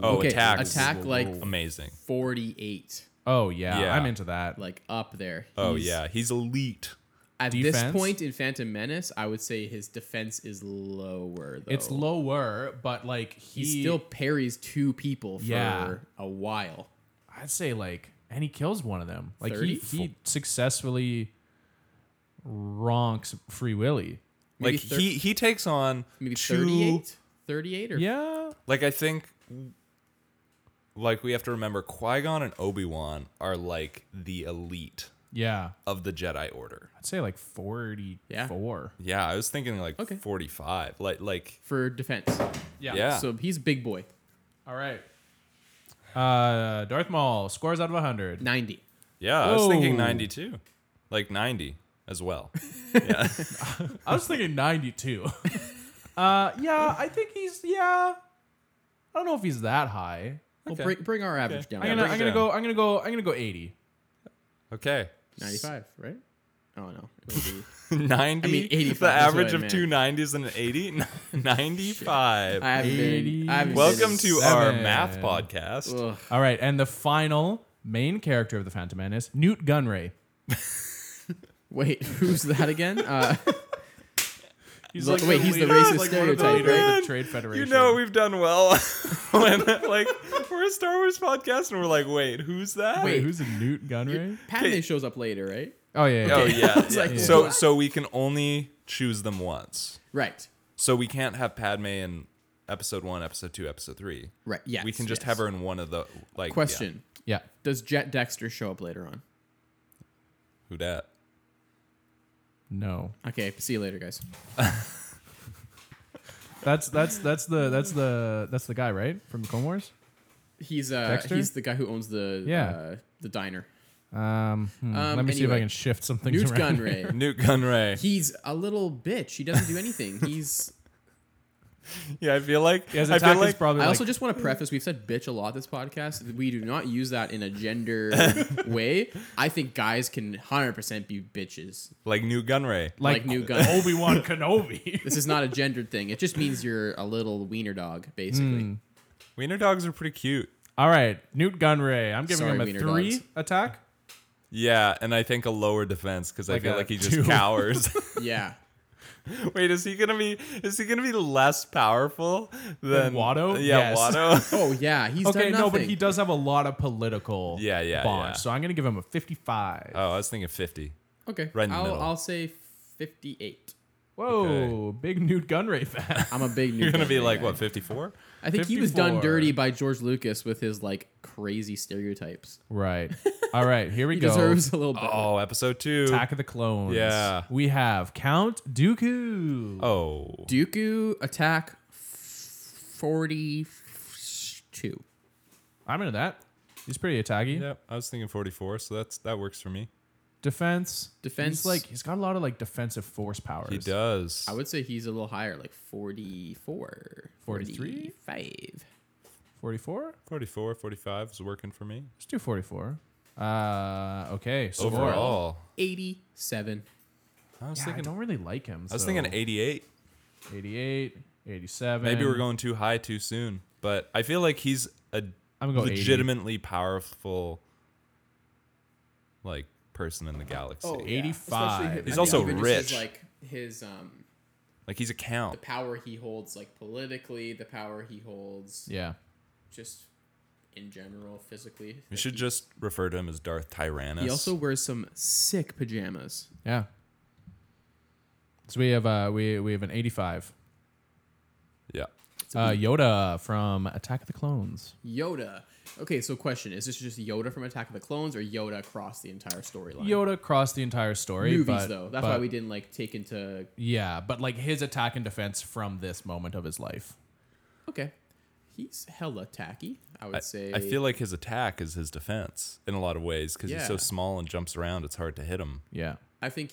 B: Oh,
C: Okay,
B: attack.
C: attack, like-
B: Amazing.
C: Forty-eight,
A: Oh yeah,
B: Yeah.
A: I'm into that.
C: like up there.
B: Oh,
C: He's-
B: yeah. He's elite.
C: At this
A: Defense.
C: point in Phantom Menace, I would say his defense is lower. Though.
A: It's lower, but like he,
C: He Oh. still parries two people for
A: Yeah.
C: a while.
A: I'd say like, and he kills one of them. Like
C: 30?
A: he he successfully ronks Free Willy.
C: Maybe
B: like
C: thir-
B: he he takes on
C: Maybe
B: two
C: 38? 38 or
A: Yeah,
B: like I think like we have to remember Qui-Gon and Obi-Wan are like the elite
A: yeah.
B: of the Jedi order.
A: I'd say like forty four.
B: Yeah, I was thinking like
C: Okay.
B: 45. Like like
C: for defense.
A: Yeah.
B: Yeah.
C: So he's a big boy.
A: All right. Uh, Darth Maul scores out of hundred.
C: 90.
B: yeah, I was thinking
A: Whoa.
B: 92. Like 90 as well.
A: I was thinking 92. uh, yeah, I think he's yeah. I don't know if he's that high.
C: Well,
B: Okay.
C: bring, bring our average down.
A: I'm gonna,
B: bring it
A: I'm gonna
B: down.
A: go. I'm gonna go. I'm gonna go 80.
B: Okay.
C: 95, right? Oh, no. It'll be-
B: 90.
C: I mean, 85
B: The
C: is what
B: average
C: I
B: of
C: meant.
B: two 90s and an 80. 95.
C: I haven't been. I haven't been
B: Welcome to our
A: Seven.
B: math podcast.
C: Ugh.
A: All right, and the final main character of the Phantom Menace, Newt Gunray.
C: Wait, who's that again? Uh,
A: He's
C: Lo- wait, he's the
A: leader-
C: racist
A: one of the
C: stereotype,
A: leader of
B: right?
A: the Trade Federation.
B: You know we've done well when like we're a Star Wars podcast and we're like, wait, who's that?
A: wait, who's a Newt Gunray?
C: Padme shows up later, right?
A: Oh yeah, yeah,
B: Oh
A: yeah.
B: yeah. yeah.
C: like,
B: So so we can only choose them once.
C: Right.
B: So we can't have Padme in episode one, episode two, episode three.
C: Right, yes,
B: We can just
C: yes.
B: have her in one of the like yeah.
C: Question
A: yeah.
C: Does Jet Dexter show up later on?
B: Who dat?
A: No,
C: Okay, see you later, guys.
A: that's that's that's the that's the that's the guy right from the Clone Wars.
C: He's uh,
A: Dexter?
C: he's the guy who owns the
A: Yeah.
C: uh, the diner.
A: Um, hmm,
C: Um,
A: let me see if I
C: anyway.
A: can shift some things
C: Newt
A: around.
C: Gunray.
B: Newt Gunray.
C: He's a little bitch. He doesn't do anything. He's.
B: yeah, I feel like
A: Yeah, his
B: I
A: attack
B: feel
A: is
B: like
A: probably.
C: I also
A: like-
C: just want to preface: we've said "bitch" a lot this podcast. We do not use that in a gender way. I think guys can 100 percent be bitches.
B: like Newt Gunray.
C: like Newt Gunray.
A: Obi Wan Kenobi.
C: This is not a gendered thing. It just means you're a little wiener dog, basically.
A: Hmm.
B: Wiener dogs are pretty cute.
A: All right, Newt Gunray. I'm giving
C: Sorry,
A: him a
C: wiener
A: three
C: dogs.
A: attack.
B: Yeah, and I think a lower defense because I
A: Like
B: feel
A: a
B: like he just
A: two.
B: cowers.
C: Yeah.
B: Wait, is he gonna be? Is he gonna be less powerful than uh,
A: Watto?
B: Yeah,
A: Yes.
B: Watto.
C: Oh yeah, he's
A: okay,
C: done
A: no, but
C: nothing.
A: he does have a lot of political
B: Yeah, yeah,
A: bonds.
B: yeah.
A: So I'm gonna give him a 55.
B: oh, I was thinking fifty.
C: Okay,
B: Right in the
C: I'll,
B: middle.
C: I'll say 58.
A: Whoa,
B: okay.
A: big Newt Gunray fan.
C: I'm a big.
B: You're gonna be like what, fifty-four?
C: I think he was done
A: 54.
C: dirty by George Lucas with his like crazy stereotypes.
A: right. All right, here we
C: He
A: go.
C: deserves a little bit.
B: Oh, episode two.
A: Attack of the Clones.
B: Yeah.
A: We have Count Dooku.
B: Oh,
C: Dooku attack f- 42.
A: I'm into that. He's pretty attacky.
B: yeah. I was thinking forty-four, so that's that works for me.
A: Defense.
C: Defense.
A: He's like he's got a lot of like defensive force powers.
B: He does.
C: I would say he's a little higher, like 44.
A: 43?
C: 45.
A: 44.
B: 44, 45 is working for me
A: Let's do 44. Uh, okay. Score.
B: overall.
C: 87.
B: I was
A: Yeah, I
B: thinking.
A: don't really like him.
B: I was
A: so
B: thinking 88.
A: 88, 87.
B: Maybe we're going too high too soon, but I feel like he's a
A: I'm gonna go 80.
B: legitimately powerful, like person in the galaxy.
C: Oh, yeah.
A: 85.
C: Especially hi-
B: He's
C: I think
B: also
C: even just his,
B: rich.
C: like his um,
B: Like he's a
C: the
B: count.
C: power he holds, like politically, the power he holds,
A: Yeah.
C: just in general, physically.
B: We should just refer to him as Darth Tyrannus.
C: He also wears some sick pajamas.
A: Yeah. So we have uh we we have an 85.
B: yeah.
A: Uh, Yoda from Attack of the Clones.
C: Yoda. Okay, so question: Is this just Yoda from Attack of the Clones, or Yoda across the entire storyline?
A: Yoda across the entire story.
C: movies
A: but-
C: though. That's
A: but-
C: why we didn't like take into.
A: Yeah, but like his attack and defense from this moment of his life.
C: Okay, he's hella tacky. I would
B: I,
C: say.
B: I feel like his attack is his defense in a lot of ways because he's so
C: Yeah.
B: small and jumps around. It's hard to hit him.
A: Yeah.
C: I think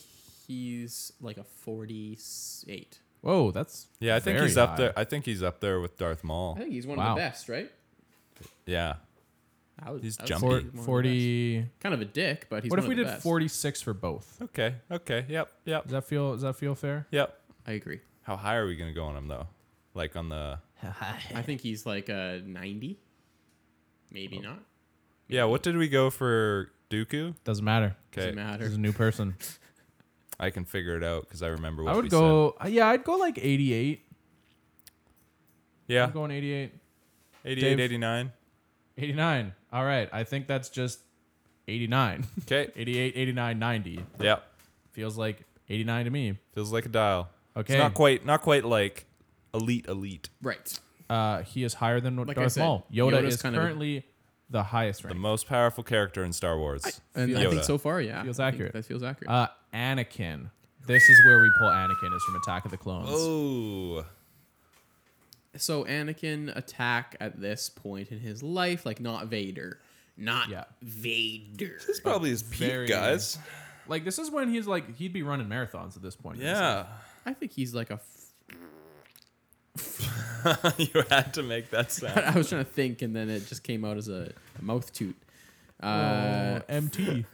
C: he's like a forty-eight.
A: Whoa, that's
B: Yeah, I think
A: very
B: he's up
A: high.
B: there. I think he's up there with Darth
C: I
B: Maul.
C: think he's one
A: Wow.
C: of the best, right?
B: Yeah,
C: I would,
B: He's
C: I would
B: jumpy.
C: say
A: For,
C: he's one of the
A: 40.
C: best. Kind of a dick, but he's.
A: What if
C: one
A: we
C: of the
A: did
C: best.
A: 46 for both?
B: Okay. Okay. Yep. Yep.
A: Does that feel does that feel fair?
B: Yep.
C: I agree.
B: How high are we gonna go on him though? Like on the
C: I think he's like a ninety.
A: Oh,
C: Maybe not.
B: yeah. What did we go for Dooku?
A: Doesn't matter.
C: Doesn't
B: Okay,
C: matter.
A: He's a new person.
B: I can figure it out because I remember what
A: I
B: we
A: would go uh, yeah, I'd go like 88.
B: said. Yeah,
A: I'm going 88.
B: 88,
A: Dave.
B: 89.
A: 89. All right. I think that's just 89.
B: Okay.
A: 88, 89, 90.
B: Yeah,
A: Feels like 89 to me.
B: feels like a dial.
A: Okay.
B: It's not quite, not quite like elite, elite.
C: Right.
A: Uh, he is higher than
C: Like I
A: Darth
C: said,
A: Maul. Yoda
C: Yoda's
A: is
C: kind of-
A: currently the highest
B: The
A: rank.
B: most powerful character in Star Wars.
C: And I
B: Yoda.
C: think so far, yeah.
A: Feels
C: I think
A: accurate.
C: That feels accurate.
A: Uh, Anakin. This is where we pull Anakin is from Attack of the Clones.
B: oh,
C: so Anakin attack at this point in his life, like not Vader, not
A: Yeah.
C: Vader.
B: it's probably his peak,
A: Very-
B: guys.
A: Like this is when he's like he'd be running marathons at this point. in his life.
B: Yeah,
C: I think he's like a. F-
B: you had to make that sound.
C: I was trying to think, and then it just came out as a, a mouth toot. Uh,
A: Oh, MT.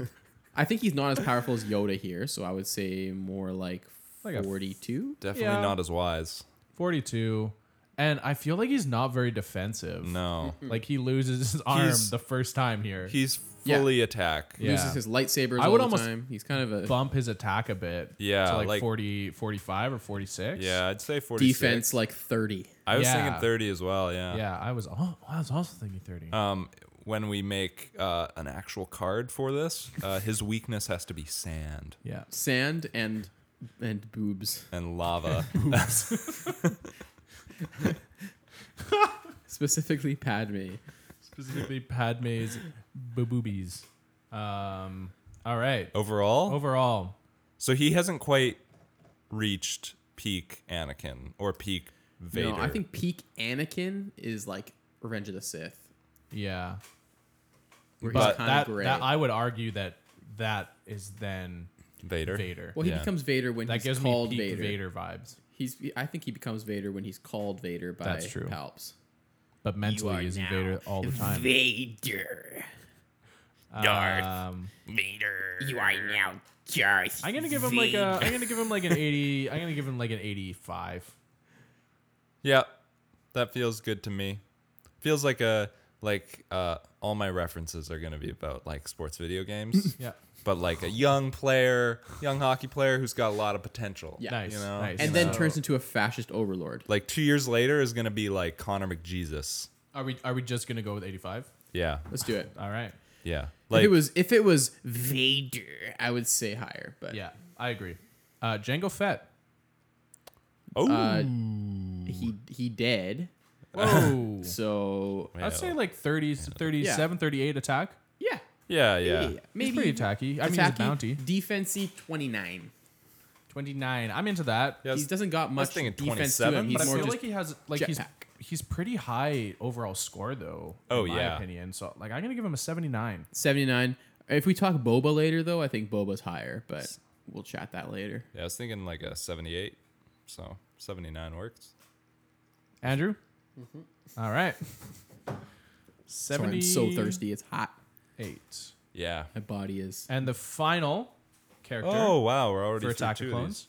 C: I think he's not as powerful as Yoda here, so I would say more like
A: Like a f-
C: forty-two.
B: Definitely
A: Yeah.
B: not as wise.
A: 42. And I feel like he's not very defensive.
B: No,
A: Like he loses his arm
B: He's-
A: the first time here.
B: he's
C: Yeah.
B: fully attack.
A: Yeah.
C: Uses his lightsabers
A: I
C: all
A: would
C: the
A: almost
C: time. He's kind of a
A: Bump his attack a bit.
B: Yeah,
A: To like,
B: like-
A: 40, 45 or 46.
B: Yeah, I'd say forty.
C: defense like thirty.
B: I was
A: Yeah.
B: thinking thirty as well. Yeah.
A: Yeah. I was, oh, I was also thinking 30.
B: Um, when we make uh, an actual card for this, uh, his weakness has to be sand
A: yeah.
C: Sand and and boobs.
B: and lava.
C: Specifically Padme.
A: Specifically Padme's boobies. Um, all right.
B: Overall,
A: Oh. Overall,
B: so he hasn't quite reached peak Anakin or peak Vader.
C: No, I think peak Anakin is like Revenge of the Sith.
A: yeah.
C: Where
B: But
C: he's kind of
A: That,
C: gray.
A: that I would argue that that is then
B: Vader.
A: Vader.
C: well, he
B: yeah.
C: becomes Vader when
A: that
C: he's
A: gives me
C: called
A: peak
C: Vader.
A: Vader. vibes.
C: He's I think he becomes Vader when he's called Vader by
A: That's true.
C: Palps.
A: But mentally, he's Vader all the time.
E: Vader.
A: Um,
E: Vader. You are now Darth.
A: I'm gonna give him like a. I'm gonna give him like an 80. I'm gonna give him like an 85.
B: Yeah, that feels good to me. Feels like a like uh, all my references are gonna be about like sports video games.
A: Yeah.
B: But like a young player, young hockey player who's got a lot of potential.
C: Yeah.
A: Nice.
B: You know,
A: nice.
C: And
B: you
C: then
B: know.
C: turns into a fascist overlord.
B: like two years later is gonna be like Connor McJesus.
A: are we are we just gonna go with 85?
B: Yeah,
C: Let's do it.
A: All right.
B: yeah.
C: if
B: Like
C: it was if it was Vader, I would say higher, but
A: Yeah, I agree. Uh, Django Fett.
B: oh,
C: he he dead.
A: Whoa.
C: So
A: I'd say like 30, 37, 38 attack.
C: yeah.
B: yeah, yeah,
A: He's pretty attacky. I mean, he's a
C: attacky,
A: bounty.
C: Defensive 29.
A: 29. I'm into that.
B: Yeah,
C: He doesn't got much
B: thinking
C: defense to
B: 27,
C: him. He's
B: but
A: But I
C: more
A: feel
C: just
A: like he has like he's
C: jetpack.
A: he's pretty high overall score though. in
B: Oh,
A: my
B: yeah.
A: Opinion. So like I'm gonna give him a 79.
C: 79. If we talk Boba later, though, I think Boba's higher, but we'll chat that later.
B: yeah. I was thinking like a seventy-eight, so seventy-nine works.
A: Andrew. All right.
C: Sorry, I'm so thirsty. It's hot.
A: Eight.
B: Yeah,
C: My body is.
A: And the final character
B: Oh wow, we're already
A: for
B: through
A: Attack
B: two
A: of
B: of
A: Clones.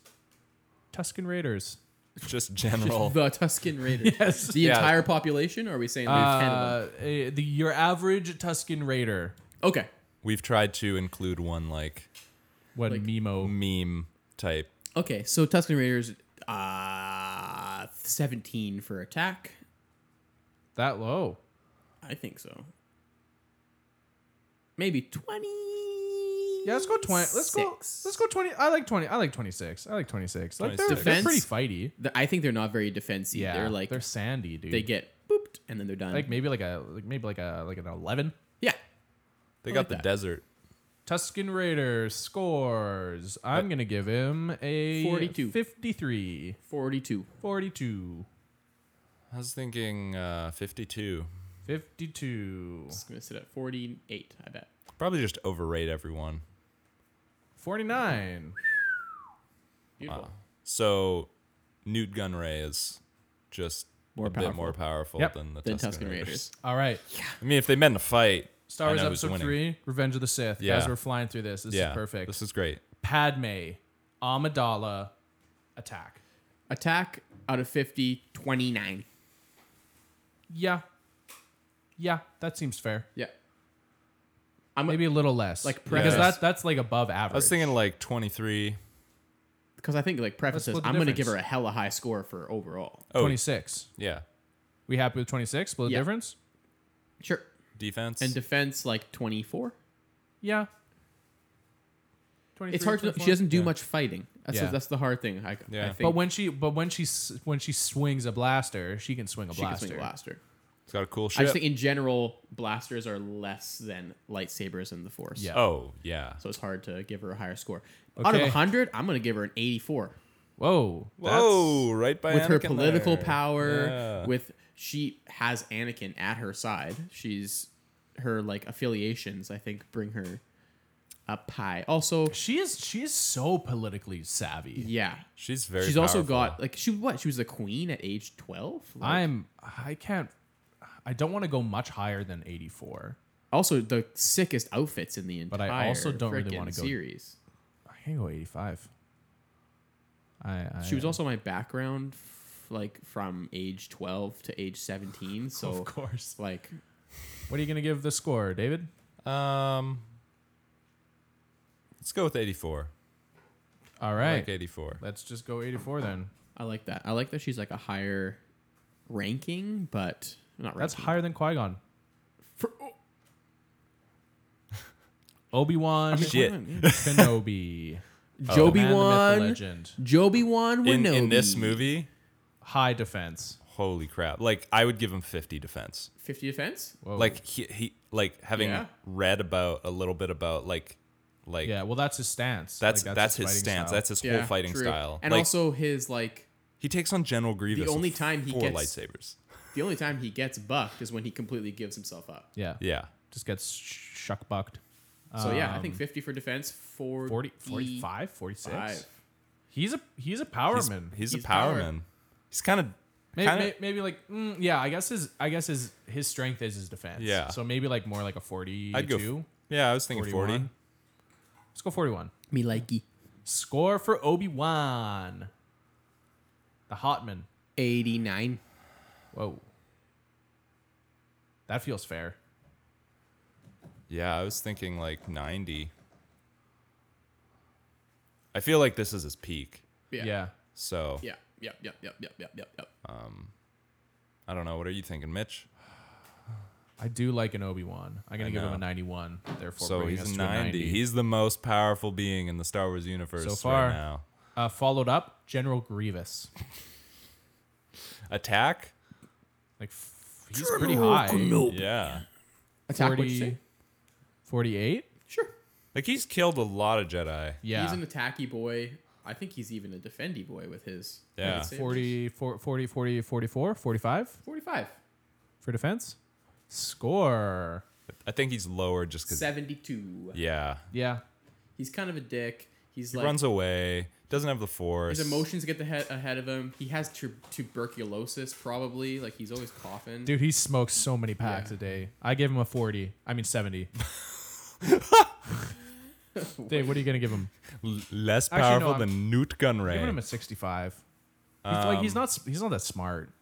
A: Tuscan Raiders.
B: these. Just general.
C: The Tuscan Raiders.
A: Yes.
C: The
B: Yeah.
C: entire population? Or are we saying like Canada?
A: Uh, eh, the your average Tuscan Raider.
C: Okay.
B: We've tried to include one like
A: What
C: Like-
A: Mimo?
B: meme type.
C: Okay, so Tuscan Raiders, uh, 17 for attack.
A: That low.
C: I think so. Maybe 20.
A: Yeah, let's go twenty. Let's go.
C: Six.
A: Let's go twenty. I like twenty. I like twenty six. I like twenty six. Like they're, they're
C: Defense?
A: pretty fighty.
C: The- I think they're not very defensive.
A: Yeah,
C: they're like
A: they're sandy, dude.
C: they get booped and then they're done.
A: like maybe like a like maybe like a like an eleven.
C: yeah.
B: They
C: I
B: got
C: like
B: the
C: that.
B: desert.
A: Tuscan Raiders scores. I'm going to give him a
C: 42.
A: 53.
C: 42.
A: 42.
B: I was thinking uh, 52.
A: 52.
C: Just going to sit at 48, I bet.
B: Probably just overrate everyone.
A: 49.
C: Beautiful.
B: So Newt Gunray is just
C: More
B: a
C: powerful.
B: bit more powerful
A: Yep.
B: than the
C: The
B: Tusken,
C: Tuscan
B: Raiders.
C: Raiders.
A: All right.
B: I mean, if they met in a fight,
A: Star
B: I
A: Wars
B: know who's
A: Episode
B: winning.
A: 3, Revenge of the Sith.
B: Yeah.
A: Guys, we're flying through this. This
B: yeah,
A: is perfect.
B: This is great.
A: Padme, Amidala, attack.
C: Attack out of 50, 29.
A: Yeah. Yeah, that seems fair.
C: Yeah. I'm
A: Maybe a little less.
C: Like
A: because
C: preface.
A: that, that's like above average.
B: Um, I was thinking like 23.
C: because I think like preface
A: Let's
C: says
A: split the
C: I'm going to give her
A: difference.
C: a hella high score for overall.
B: Oh,
A: 26.
B: yeah.
A: We happy with 26? Split the
C: Yeah.
A: difference?
C: Sure.
B: Defense.
C: And defense like 24.
A: Yeah.
C: It's hard to. She doesn't do much fighting. That's
A: Yeah.
C: the, that's the hard thing. I, I
B: Yeah.
C: think.
A: But when she, but when she, s- when she swings a blaster, she can swing a
C: she can
A: blaster.
C: swing a blaster.
B: it's got a cool
C: I
B: ship.
C: just think in general, blasters are less than lightsabers in the Force.
A: Yeah.
B: oh, yeah.
C: So it's hard to give her a higher score. Out of
A: Okay.
C: 100, I'm going to give her an 84.
A: Whoa!
B: Whoa, right by
C: With her
B: Anakin
C: political
B: there.
C: power,
B: Yeah.
C: with she has Anakin at her side. She's her like affiliations, I think, bring her up high. Also,
A: She is she is so politically savvy.
C: yeah.
B: She's very
C: She's also
B: powerful.
C: got like she what? She was a queen at age 12? Like,
A: I'm I can't I don't want to go much higher than 84.
C: also the sickest outfits in the entire
A: But I also don't really
C: frickin'
A: wanna go-
C: series.
A: I can go 85. I, I
C: She was also my background, f- like from age twelve to age seventeen.
A: of
C: So
A: course.
C: like
A: What are you gonna give the score, David?
B: Um, let's go with 84.
A: All right,
B: Like 84.
A: let's just go 84 then.
C: I like that. I like that she's like a higher ranking, but not
A: That's
C: ranking.
A: higher than Qui Gon. Obi Wan
B: Shit.
A: Kenobi.
C: Joby
A: Man, the
B: Oh,
A: myth, the
C: Wan,
A: legend.
C: Joby Wan
B: In, in
C: Winobi.
B: this movie,
A: High defense.
B: holy crap. Like, I would give him 50 defense.
C: fifty defense.
A: Whoa.
B: Like, he, he like having
C: Yeah.
B: read about a little bit about, like, like
A: yeah, well, that's his stance.
B: that's,
A: Like,
B: that's, his
A: fighting
B: stance.
A: style.
B: That's his whole fighting
C: true.
B: style.
C: and
B: like,
C: also his like
B: he takes on General Grievous.
C: only
B: with
C: time he
B: four
C: gets-
B: lightsabers.
C: the only time he gets bucked is when he completely gives himself up.
A: yeah.
B: Yeah.
A: Just gets sh- shuck bucked.
C: So yeah, I
A: Um,
C: think fifty for defense, 40,
A: 40, 45, 46.
C: five.
A: He's a he's a power
B: He's,
A: man.
B: he's,
C: He's
B: a power,
C: power.
B: man. He's kind of,
A: May-
B: kind
A: may-
B: of,
A: maybe like mm, yeah, I guess his I guess his his strength is his defense.
B: Yeah.
A: So maybe like more like a 42.
B: I'd go, f- yeah, I was thinking 40.
A: 41. Let's go 41.
C: Me likey.
A: Score for Obi-Wan. The Hotman.
C: Eighty nine.
A: Whoa. That feels fair.
B: Yeah, I was thinking like 90. I feel like this is his peak.
A: Yeah.
B: So
C: Yeah. Yep. Yep. Yep. Yep. Yep. Yep. Yep.
B: I don't know. What are you thinking, Mitch?
A: I do like an Obi-Wan. I'm going
B: I
A: to give him
B: know.
A: a 91. Therefore,
B: so
A: bringing
B: he's
A: us to
B: 90.
A: a 90.
B: He's the most powerful being in the Star Wars universe
A: So far.
B: right now.
A: uh, followed up General Grievous.
B: Attack?
A: Like f- he's pretty high.
B: Yeah.
C: Attack. What'd you say?
A: 48?
C: Sure.
B: Like he's killed a lot of Jedi.
A: Yeah.
C: He's an attacky boy. I think he's even a defendy boy with his.
B: Yeah.
C: lightsabers.
A: 40, 40, 40, 44, 45
C: 45.
A: for defense. Score.
B: I think he's lower just because.
C: 72.
B: Yeah.
A: Yeah.
C: He's kind of a dick. He's
B: He
C: like.
B: runs away. Doesn't have the force.
C: his emotions get the head ahead of him. He has tu- tuberculosis, probably. Like he's always coughing.
A: Dude, he smokes so many packs
C: Yeah.
A: a day. I give him a 40. I mean 70. Dave, what are you going to give him?
B: L- less
A: Actually, no,
B: powerful
A: I'm-
B: than Newt Gunray.
A: Giving him a 65. He's
B: Um,
A: like he's not s- he's not that smart.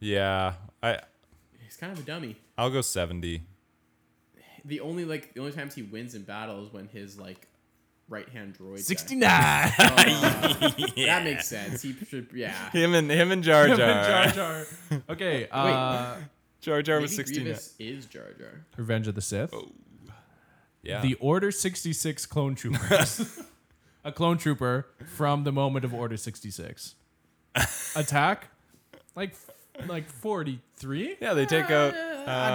B: yeah, I
C: He's kind of a dummy.
B: I'll go seventy.
C: The only like the only times he wins in battle is when his like right hand droid. dies.
A: 69.
C: That makes sense. He should yeah.
B: Him and him and Jar Jar.
A: Jar Jar. Okay, uh
B: Jar Jar was
C: Maybe
B: sixteen.
C: Grievous is Jar Jar.
A: Revenge of the Sith.
B: Yeah.
A: The Order 66 clone troopers. a clone trooper from the moment of Order 66. Attack? Like like 43?
B: yeah, they take out.
C: I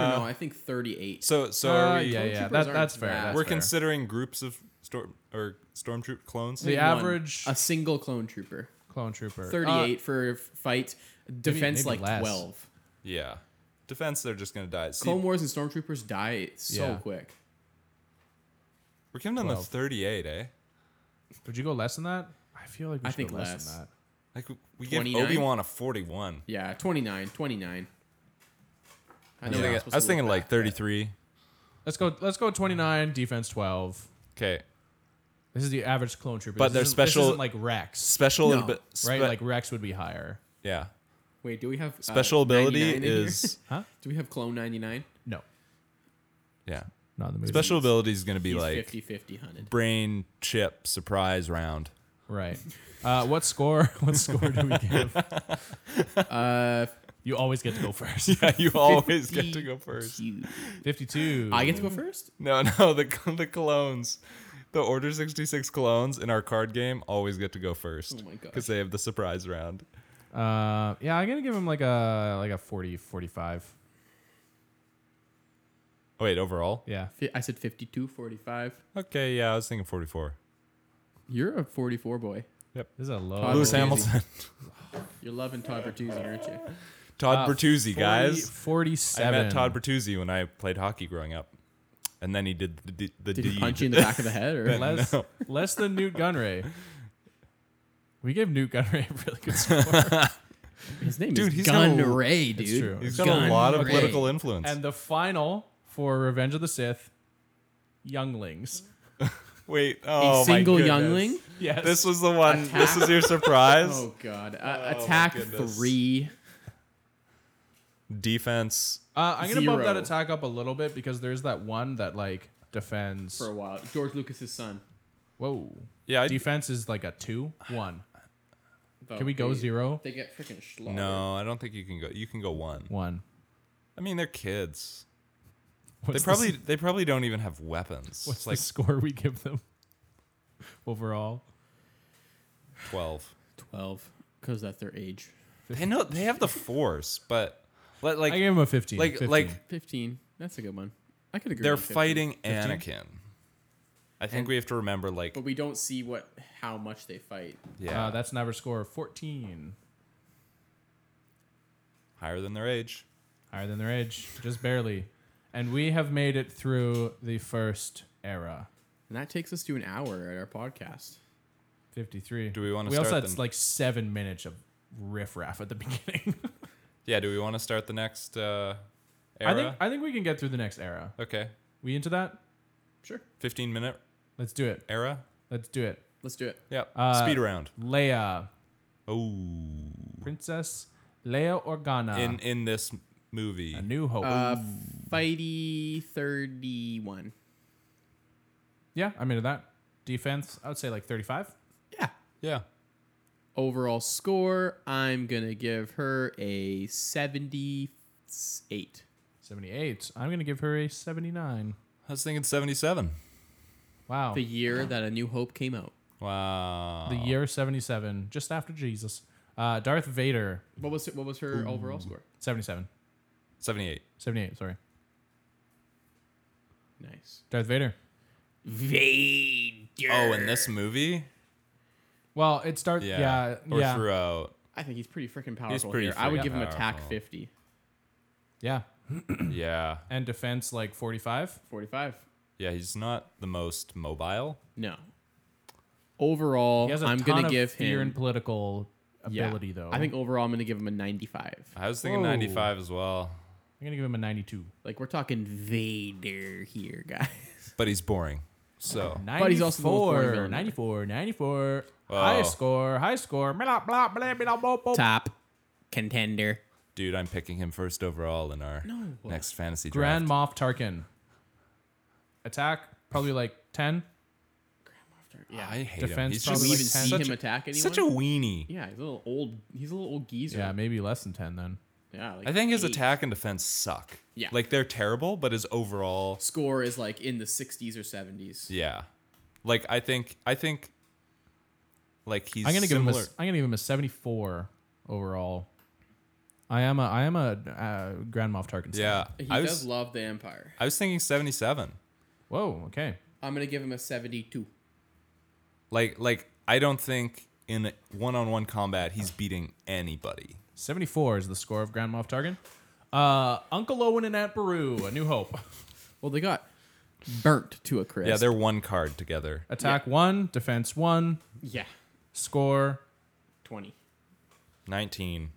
C: don't
B: uh,
C: know. I think thirty eight.
B: So so
A: Uh,
B: are we,
A: Ah. yeah, yeah.
C: clone troopers
A: That,
C: aren't
A: that's fair.
C: that-
A: that's
B: we're
A: fair.
B: considering groups of storm or stormtroop clones.
A: the average
C: a single clone trooper.
A: clone trooper.
C: Thirty
A: Uh,
C: eight for f- fight. Defense
A: maybe
C: like
A: less.
C: twelve.
B: Yeah. Defense, they're just gonna die. See,
C: Clone Wars and Stormtroopers die so
A: Yeah.
C: quick.
B: we're coming down to
A: 12.
B: thirty-eight, eh?
A: would you go less than that? I feel like we
C: I
A: should
C: think
A: go less,
C: less.
A: than that.
B: Like we gave
C: 29?
B: Obi Wan a forty-one.
C: Yeah, 29, 29. I know
B: I
C: we're
B: was
C: not
B: thinking-
C: supposed
B: I was
C: to
B: thinking
C: look
B: like
C: back, but-
B: thirty-three.
A: Let's go. Let's go. Twenty nine defense twelve.
B: Okay.
A: This is the average clone trooper. This
B: But they're
A: isn't- this
B: special-
A: isn't like Rex,
B: Special,
C: No.
B: abi- spe-
A: right? Like Rex would be higher.
B: yeah.
C: Wait, do we have uh,
B: Special ability
C: 99 in here?
B: is
C: Do we have clone 99?
A: No,
B: yeah.
A: not in the movie.
B: Special ability is gonna be
C: He's
B: like
C: 50 50 hunted.
B: brain chip surprise round.
A: right? Uh, what score? What score do we give?
C: Uh,
A: You always get to go first.
B: Yeah, you always get to go first.
C: you-
A: Fifty two.
C: I get to go first?
B: No, no, the the clones, the Order sixty six clones in our card game always get to go first.
C: Oh my gosh.
B: because they have the surprise round.
A: Uh, yeah, I'm gonna give him like a like a 40, 45.
B: Oh, wait, overall,
A: Yeah,
C: Fi- I said 52 45.
B: okay, yeah, I was thinking forty four.
C: You're a 44 boy.
A: this is a low.
C: Todd
B: Lewis
C: Bertuzzi.
B: Hamilton,
C: You're loving Todd Bertuzzi, aren't you?
B: Todd Bertuzzi, guys.
A: forty
B: I
A: seven.
B: met Todd Bertuzzi when I played hockey growing up, and then he did the, d- the
C: Did he
B: deed.
C: punch you in the back of the head? Or
A: less less than Newt Gunray. We gave Newt Gunray a really good score.
C: His name
B: Dude,
C: is
B: he's
C: Gun
B: got a-
C: Ray, dude.
A: true.
B: He's got
C: Gun
B: a lot of
C: Ray.
B: political influence.
A: And the final for Revenge of the Sith, Younglings.
B: Wait,
C: A
B: oh my
C: single
B: goodness.
C: youngling?
A: Yes.
B: This was the one. This
C: Attack.
B: is your surprise.
C: Oh, God. Uh, attack
B: goodness.
C: three.
B: Defense.
A: Uh, I'm gonna bump that
C: Zero.
A: attack up a little bit because there's that one that like defends.
C: for a while. George Lucas's son.
A: Whoa,
B: Yeah, I,
A: defense is like a two one.
C: But
A: Can we go
C: they-
A: zero
C: They get freaking slaughtered.
B: no, I don't think you can go. You can go one.
A: one?
B: I mean, they're kids.
A: What's
B: they
A: the
B: probably
A: s-
B: they probably don't even have weapons.
A: what's
B: It's
A: the
B: like
A: score we give them overall?
B: twelve.
C: 12 because that's their age.
B: They know they have the force, but let,
A: I
B: like
A: gave him a fifteen. Uh,
B: like
A: 15.
B: like
C: 15. That's a good one. I could agree.
B: they're
C: with 15.
B: fighting Anakin. I think we have to remember like
C: but we don't see what how much they fight.
B: yeah,
A: Oh, uh, that's an average score of fourteen,
B: higher than their age.
A: higher than their age, just barely. And we have made it through the first era.
C: And that takes us to an hour at our podcast.
A: 53.
B: Do we wanna
A: We also
B: start
A: had
B: the-
A: like seven minutes of riffraff at the beginning.
B: Yeah, do we want to start the next uh, era?
A: I think I think we can get through the next era.
B: okay,
A: We into that?
C: Sure.
B: fifteen minute
A: Let's do it.
B: era.
A: Let's do it.
C: Let's do it.
B: Yep,
A: Uh,
B: speed round.
A: Leia,
B: Oh,
A: Princess Leia Organa,
B: in in this movie,
A: A New Hope.
C: Uh, Fighty 31.
A: yeah, I'm into that. Defense, I would say like 35.
C: Yeah.
B: yeah,
C: Overall score, I'm going to give her a 78.
A: 78. I'm going to give her a 79.
B: I was thinking seventy seven.
A: Wow.
C: The
B: Oh,
A: The,
C: year that A New Hope came out.
B: Wow,
A: year 77, just after Jesus. Uh, Darth Vader,
C: What was what was her overall score?
A: 77.
B: seventy eight.
A: 78, sorry.
C: Nice.
A: Darth Vader.
E: Vader.
B: Oh, in this movie,
A: Well, it's Darth.
B: yeah,
A: Yeah. Yeah.
B: or throughout,
C: I think he's pretty freaking powerful
B: pretty
C: here. I would
B: freaking
C: give him attack
B: powerful.
C: 50,
A: yeah.
B: yeah,
A: And defense like 45.
C: 45.
B: yeah. He's not the most mobile.
C: No. Overall,
A: He has a
C: I'm
A: ton
C: going to
A: of
C: give
A: fear
C: him
A: and political
C: yeah.
A: ability, though.
C: I think overall I'm going to give him a 95.
B: I was thinking
A: Whoa.
B: ninety five as well,
A: I'm going to give him a 92.
C: Like we're talking Vader here, guys.
B: but he's boring. So
A: 94,
C: he's also the most Gordon Villanova.
A: 94, 94.
B: Wow.
A: High score, high score. Blah, blah, blah, blah, blah, blah.
C: Top contender.
B: dude, I'm picking him first overall in our next fantasy
A: Grand
B: draft.
A: Moff Tarkin. Attack, probably like 10.
C: Yeah.
B: I hate him.
A: Defense
B: He's
A: probably
B: just
C: Do we
A: like
C: even
A: ten.
C: see
B: such
C: him
B: a-
C: attack anyone?
B: Such a weenie.
C: yeah, he's a little old. He's a little old geezer.
A: Yeah, maybe less than 10 then.
C: Yeah, like
B: I think his
C: eight.
B: attack and defense suck.
C: Yeah.
B: Like they're terrible, but his overall
C: score is like in the 60s or 70s.
B: Yeah. Like I think I think like he's
A: I'm gonna
B: similar.
A: give him a, I'm gonna give him a 74 overall. I am a I am a uh, Grand Moff Tarkin. stan.
B: yeah.
C: He
B: I
C: does
B: was
C: love the Empire.
B: I was thinking 77.
A: Whoa. Okay.
C: I'm gonna give him a 72.
B: Like like I don't think in one-on-one combat he's beating anybody.
A: 74 is the score of Grand Moff Tarkin. Uh, Uncle Owen and Aunt Beru, A New Hope.
C: Well, they got burnt to a crisp.
B: Yeah, they're one card together.
A: Attack one, defense one,
C: yeah,
A: score
C: 20.
B: 19.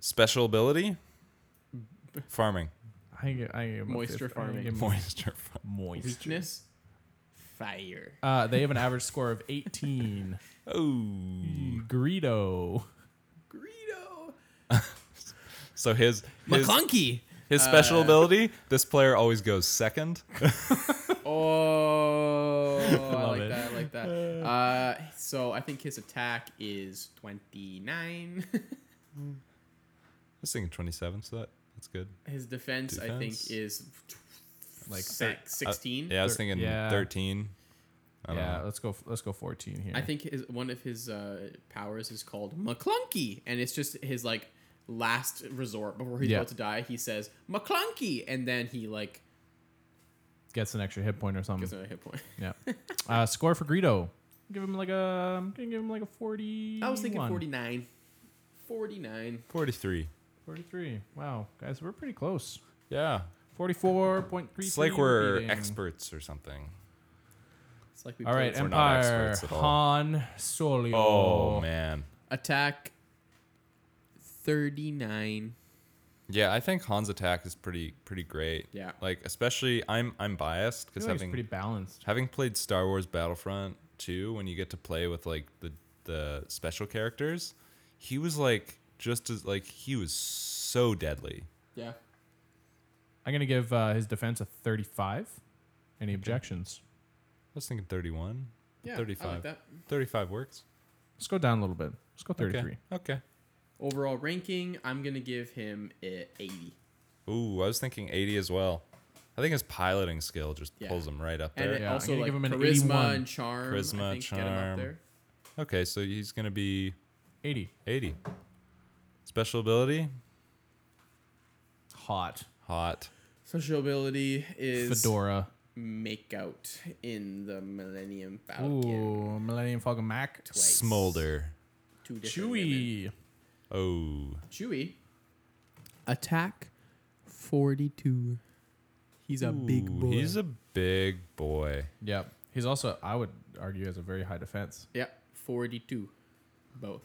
B: Special ability? Farming.
A: I get, I give him a
C: Moisture
A: 50. I
C: farming.
A: give him a
B: Moisture. farm.
A: Moist.
C: Weakness, fire.
A: Uh, they have an average score of 18.
B: Oh.
A: Greedo.
C: Greedo.
B: So his his,
C: McClunky.
B: his
C: Uh.
B: special ability, this player always goes second.
C: Oh, I
A: Love
C: like
A: it.
C: that. I like that. Uh, so I think his attack is 29.
B: I was thinking 27, so that, that's good.
C: his defense, I think,
B: Defense.
C: is
A: Like
C: like
A: thir-
B: Uh,
C: 16.
B: yeah, I was
A: Thir-
B: thinking
A: yeah.
B: 13. I don't
A: Yeah,
B: know.
A: let's go. Let's go 14 here.
C: I think his, one of his uh, powers is called McClunky, and it's just his like last resort before he's
A: Yeah.
C: about to die. He says McClunky, and then he like
A: gets an extra hit point or something.
C: gets a hit point.
A: Yeah. Uh, score for Greedo. Give him like a. I'm gonna give him like a 40.
C: I was thinking 49. 49.
B: 43.
A: 43. Wow, guys, we're pretty close.
B: Yeah.
A: 44.3.
B: It's like we're experts or something.
C: It's like we
A: All right,
C: played some
B: We're not
A: Empire.
B: experts at all.
A: Han Solo.
B: Oh, man.
C: attack 39.
B: Yeah, I think Han's attack is pretty pretty great.
C: Yeah.
B: Like especially I'm I'm biased
A: I
B: because
A: feel like
B: having
A: it's pretty balanced.
B: having played Star Wars Battlefront 2 when you get to play with like the the special characters, he was like just as like he was so deadly.
C: Yeah.
A: I'm gonna give uh, his defense a 35. Any objections?
B: I was thinking 31.
C: Yeah.
B: 35.
C: I like that.
B: 35 works.
A: Let's go down a little bit. Let's go 33.
B: Okay. Okay.
C: Overall ranking, I'm going to give him a 80.
B: Ooh, I was thinking 80 as well. I think his piloting skill just
C: Yeah.
B: pulls him right up
C: And
B: there.
C: it
A: Yeah, I'm
C: also
A: gonna
C: like
A: give him an
C: charisma
A: 81.
C: and charm.
B: Charisma,
C: I think, get him up
B: charm.
C: there.
B: Okay, so he's going to be
A: 80.
B: 80. Special ability?
A: Hot.
B: Hot.
C: Social ability is
A: Fedora.
C: make out in the Millennium Falcon.
A: Ooh, Millennium Falcon Mac.
C: Twice.
B: Smolder.
C: Two different women.
A: Chewy.
B: Oh.
C: Chewy. Attack 42. He's a big
B: Ooh, He's a big boy.
A: Yep. He's also, I would argue, has a very high defense.
C: Yeah, 42. Both.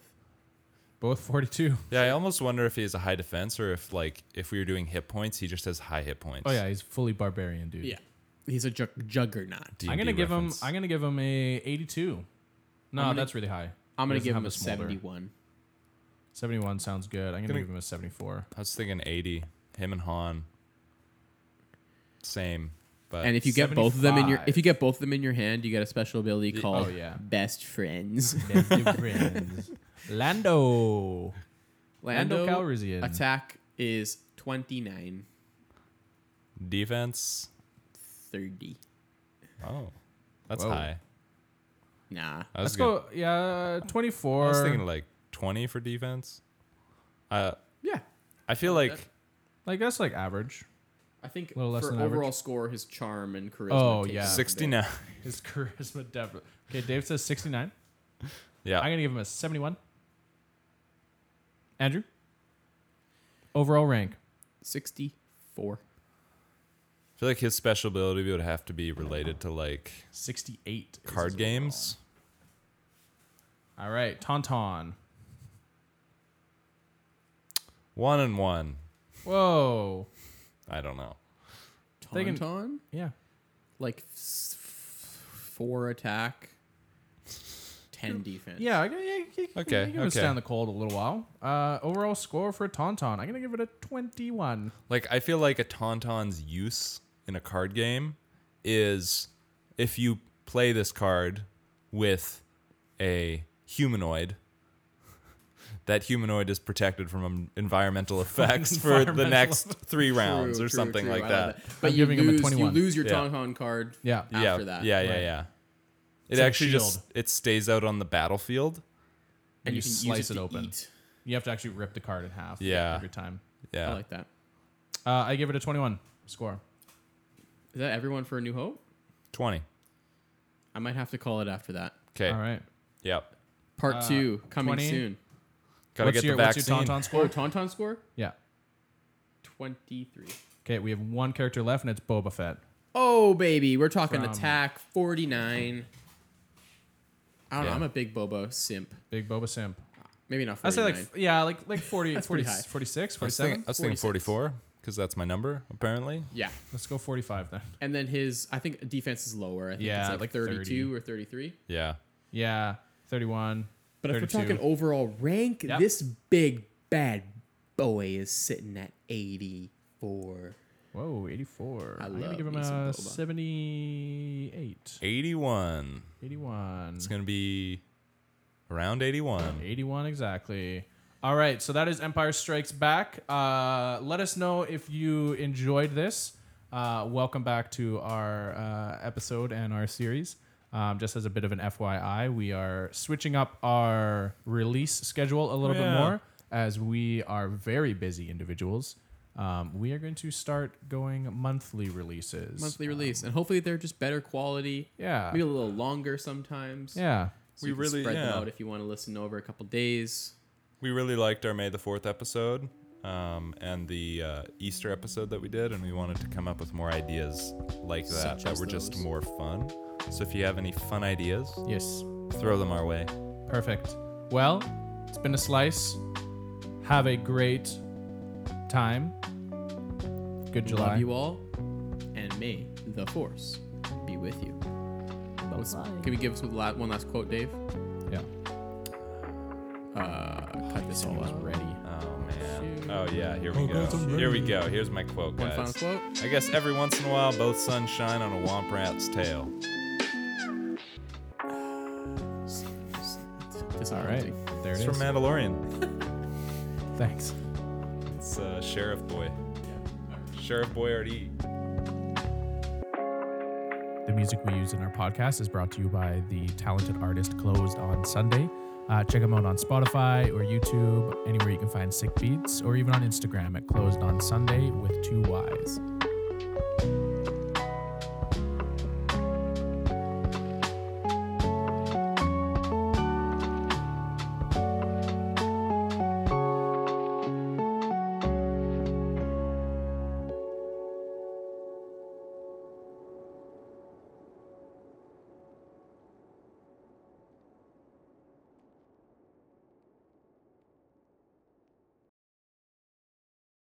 A: Both 42.
B: Yeah, I almost wonder if he has a high defense or if like if we were doing hit points, he just has high hit points.
A: Oh yeah, he's fully barbarian, dude.
C: Yeah. He's a jug- juggernaut.
A: I'm gonna
B: D&D
A: give
B: reference.
A: him. I'm gonna give him a 82. No,
C: gonna-
A: that's really high.
C: I'm
A: He doesn't
C: going to give
A: have
C: him a
A: smolder.
C: 71.
A: 71 sounds good. I'm gonna,
B: Gonna-
A: give him a 74.
B: I was thinking 80. Him and Han. Same.
A: Uh,
B: But
C: And if you get both of them in your
A: 75.
C: if you get both of them in your hand, you get a special ability called
A: oh, yeah.
C: Best Friends.
A: Lando.
C: Lando,
A: Calrissian.
C: attack is 29
B: defense,
C: 30.
B: oh, that's
A: Whoa.
B: high.
C: Nah.
B: That
A: Let's
B: was good.
A: go. Yeah, 24.
B: I was thinking like 20 for defense. Uh,
C: Yeah.
B: I feel like
A: like that's like average.
C: I think
A: Little less
C: for
A: than
C: overall
A: average.
C: score his charm and charisma
A: Oh,
C: takes
A: yeah.
C: it up a bit.
B: 69.
A: His charisma definitely. Okay, Dave says 69. I'm
B: yeah.
A: gonna give him a 71. Andrew. Overall rank.
C: 64.
B: I feel like his special ability would have to be related to like
A: 68. is
B: card
A: his
B: games.
A: overall. All right, Tauntaun.
B: One and one.
A: Whoa.
B: I don't know.
A: They can-
C: Tauntaun?
A: Yeah.
C: like s- f- four attack, ten defense.
A: Yeah, I, I, I,
B: Okay,
A: I'm gonna
B: okay.
A: stand the cold a little while. Uh, overall score for Tauntaun, I'm gonna give it a 21.
B: Like I feel like a tauntaun's use in a card game is if you play this card with a humanoid that humanoid is protected from um, environmental effects for the
A: Environmental
B: next three
C: True,
B: rounds or
C: true,
B: something
C: true.
B: like
C: I
B: that.
C: love But
A: I'm
C: you
A: giving him a
C: lose, you
A: 21.
C: lose your
B: Yeah.
C: Tonghon card.
A: Yeah.
C: after
B: yeah,
C: that,
B: yeah, yeah,
A: right.
B: yeah. It
A: It's like
B: actually just
A: shield.
B: it stays out on the battlefield.
C: and
A: you
C: you, can
A: slice
C: use it,
A: it
C: to
A: open.
C: Eat.
A: You have to actually rip the card in half.
B: Yeah.
A: Every time.
B: Yeah,
A: Oh,
C: I like that.
A: Uh, I give it a 21 score.
C: Is that everyone for a new hope?
B: twenty.
C: I might have to call it after that.
B: Okay.
A: All right.
B: Yep.
C: Part two coming
A: 20?
C: soon.
B: Gotta
A: what's
B: get
A: your
B: the
A: what's your
B: vaccine.
A: Tauntaun
C: Oh,
A: score?
C: Tauntaun score
A: Yeah.
C: twenty three.
A: Okay, we have one character left, and it's Boba Fett.
C: Oh baby, we're talking
A: From-
C: attack forty nine. I don't know.
B: Yeah.
C: I'm a big Bobo simp.
A: Big Boba Simp.
C: Maybe not
A: I say
C: 49.
A: like yeah, like like 40,
C: That's
A: 40
C: pretty high.
A: 46,
B: I was thinking,
A: 47.
B: I was thinking
C: 46.
B: forty-four because that's my number apparently.
C: yeah.
A: Let's go 45 then.
C: And then his, I think defense is lower. I think
A: Yeah,
C: it's like,
A: like
C: 32
A: 30.
C: or 33.
B: Yeah.
A: Yeah, 31.
C: But
A: 32.
C: if we're talking overall rank,
A: Yep.
C: this big bad boy is sitting at 84.
A: Whoa, 84.
C: I
A: I'm going to
C: love
A: give him
C: me some
A: a
C: boba.
A: 78.
B: 81.
A: 81.
B: It's going to be around 81.
A: 81 exactly. All right, so that is Empire Strikes Back. Uh, let us know if you enjoyed this. Uh, welcome back to our uh, episode and our series. Um, just as a bit of an FYI, we are switching up our release schedule a little
B: Yeah.
A: bit more as we are very busy individuals. Um, we are going to start going monthly releases.
C: Monthly release. And hopefully they're just better quality.
A: Yeah.
C: Maybe a little longer sometimes.
A: Yeah.
C: So
B: We
C: you can
B: really-
C: spread them
B: yeah.
C: out if you want to listen over a couple days.
B: We really liked our May the 4th episode um, and the uh, Easter episode that we did, and we wanted to come up with more ideas like that
C: Such
B: that
C: as
B: were just
C: those.
B: more fun. So if you have any fun ideas,
A: Yes.
B: throw them our way.
A: Perfect. Well, it's been a slice. Have a great time. Good July.
C: Love you all. And may the force be with you. Let's- Can we give us with la- one last quote, Dave?
A: Yeah.
C: Uh, cut this all out. Ready.
B: Oh, man. Oh, yeah. Here we go. Here we go. Here's my quote,
C: One final
B: guys.
C: quote.
B: I guess every once in a while, both suns shine on a womp rat's tail.
A: All right. There it
B: It's
A: is.
B: from Mandalorian.
A: Thanks.
B: It's uh, Sheriff Boy. Sheriff Boyardee.
A: The music we use in our podcast is brought to you by the talented artist Closed on Sunday. Uh, check them out on Spotify or YouTube, anywhere you can find sick beats, or even on Instagram at Closed on Sunday with two Y's.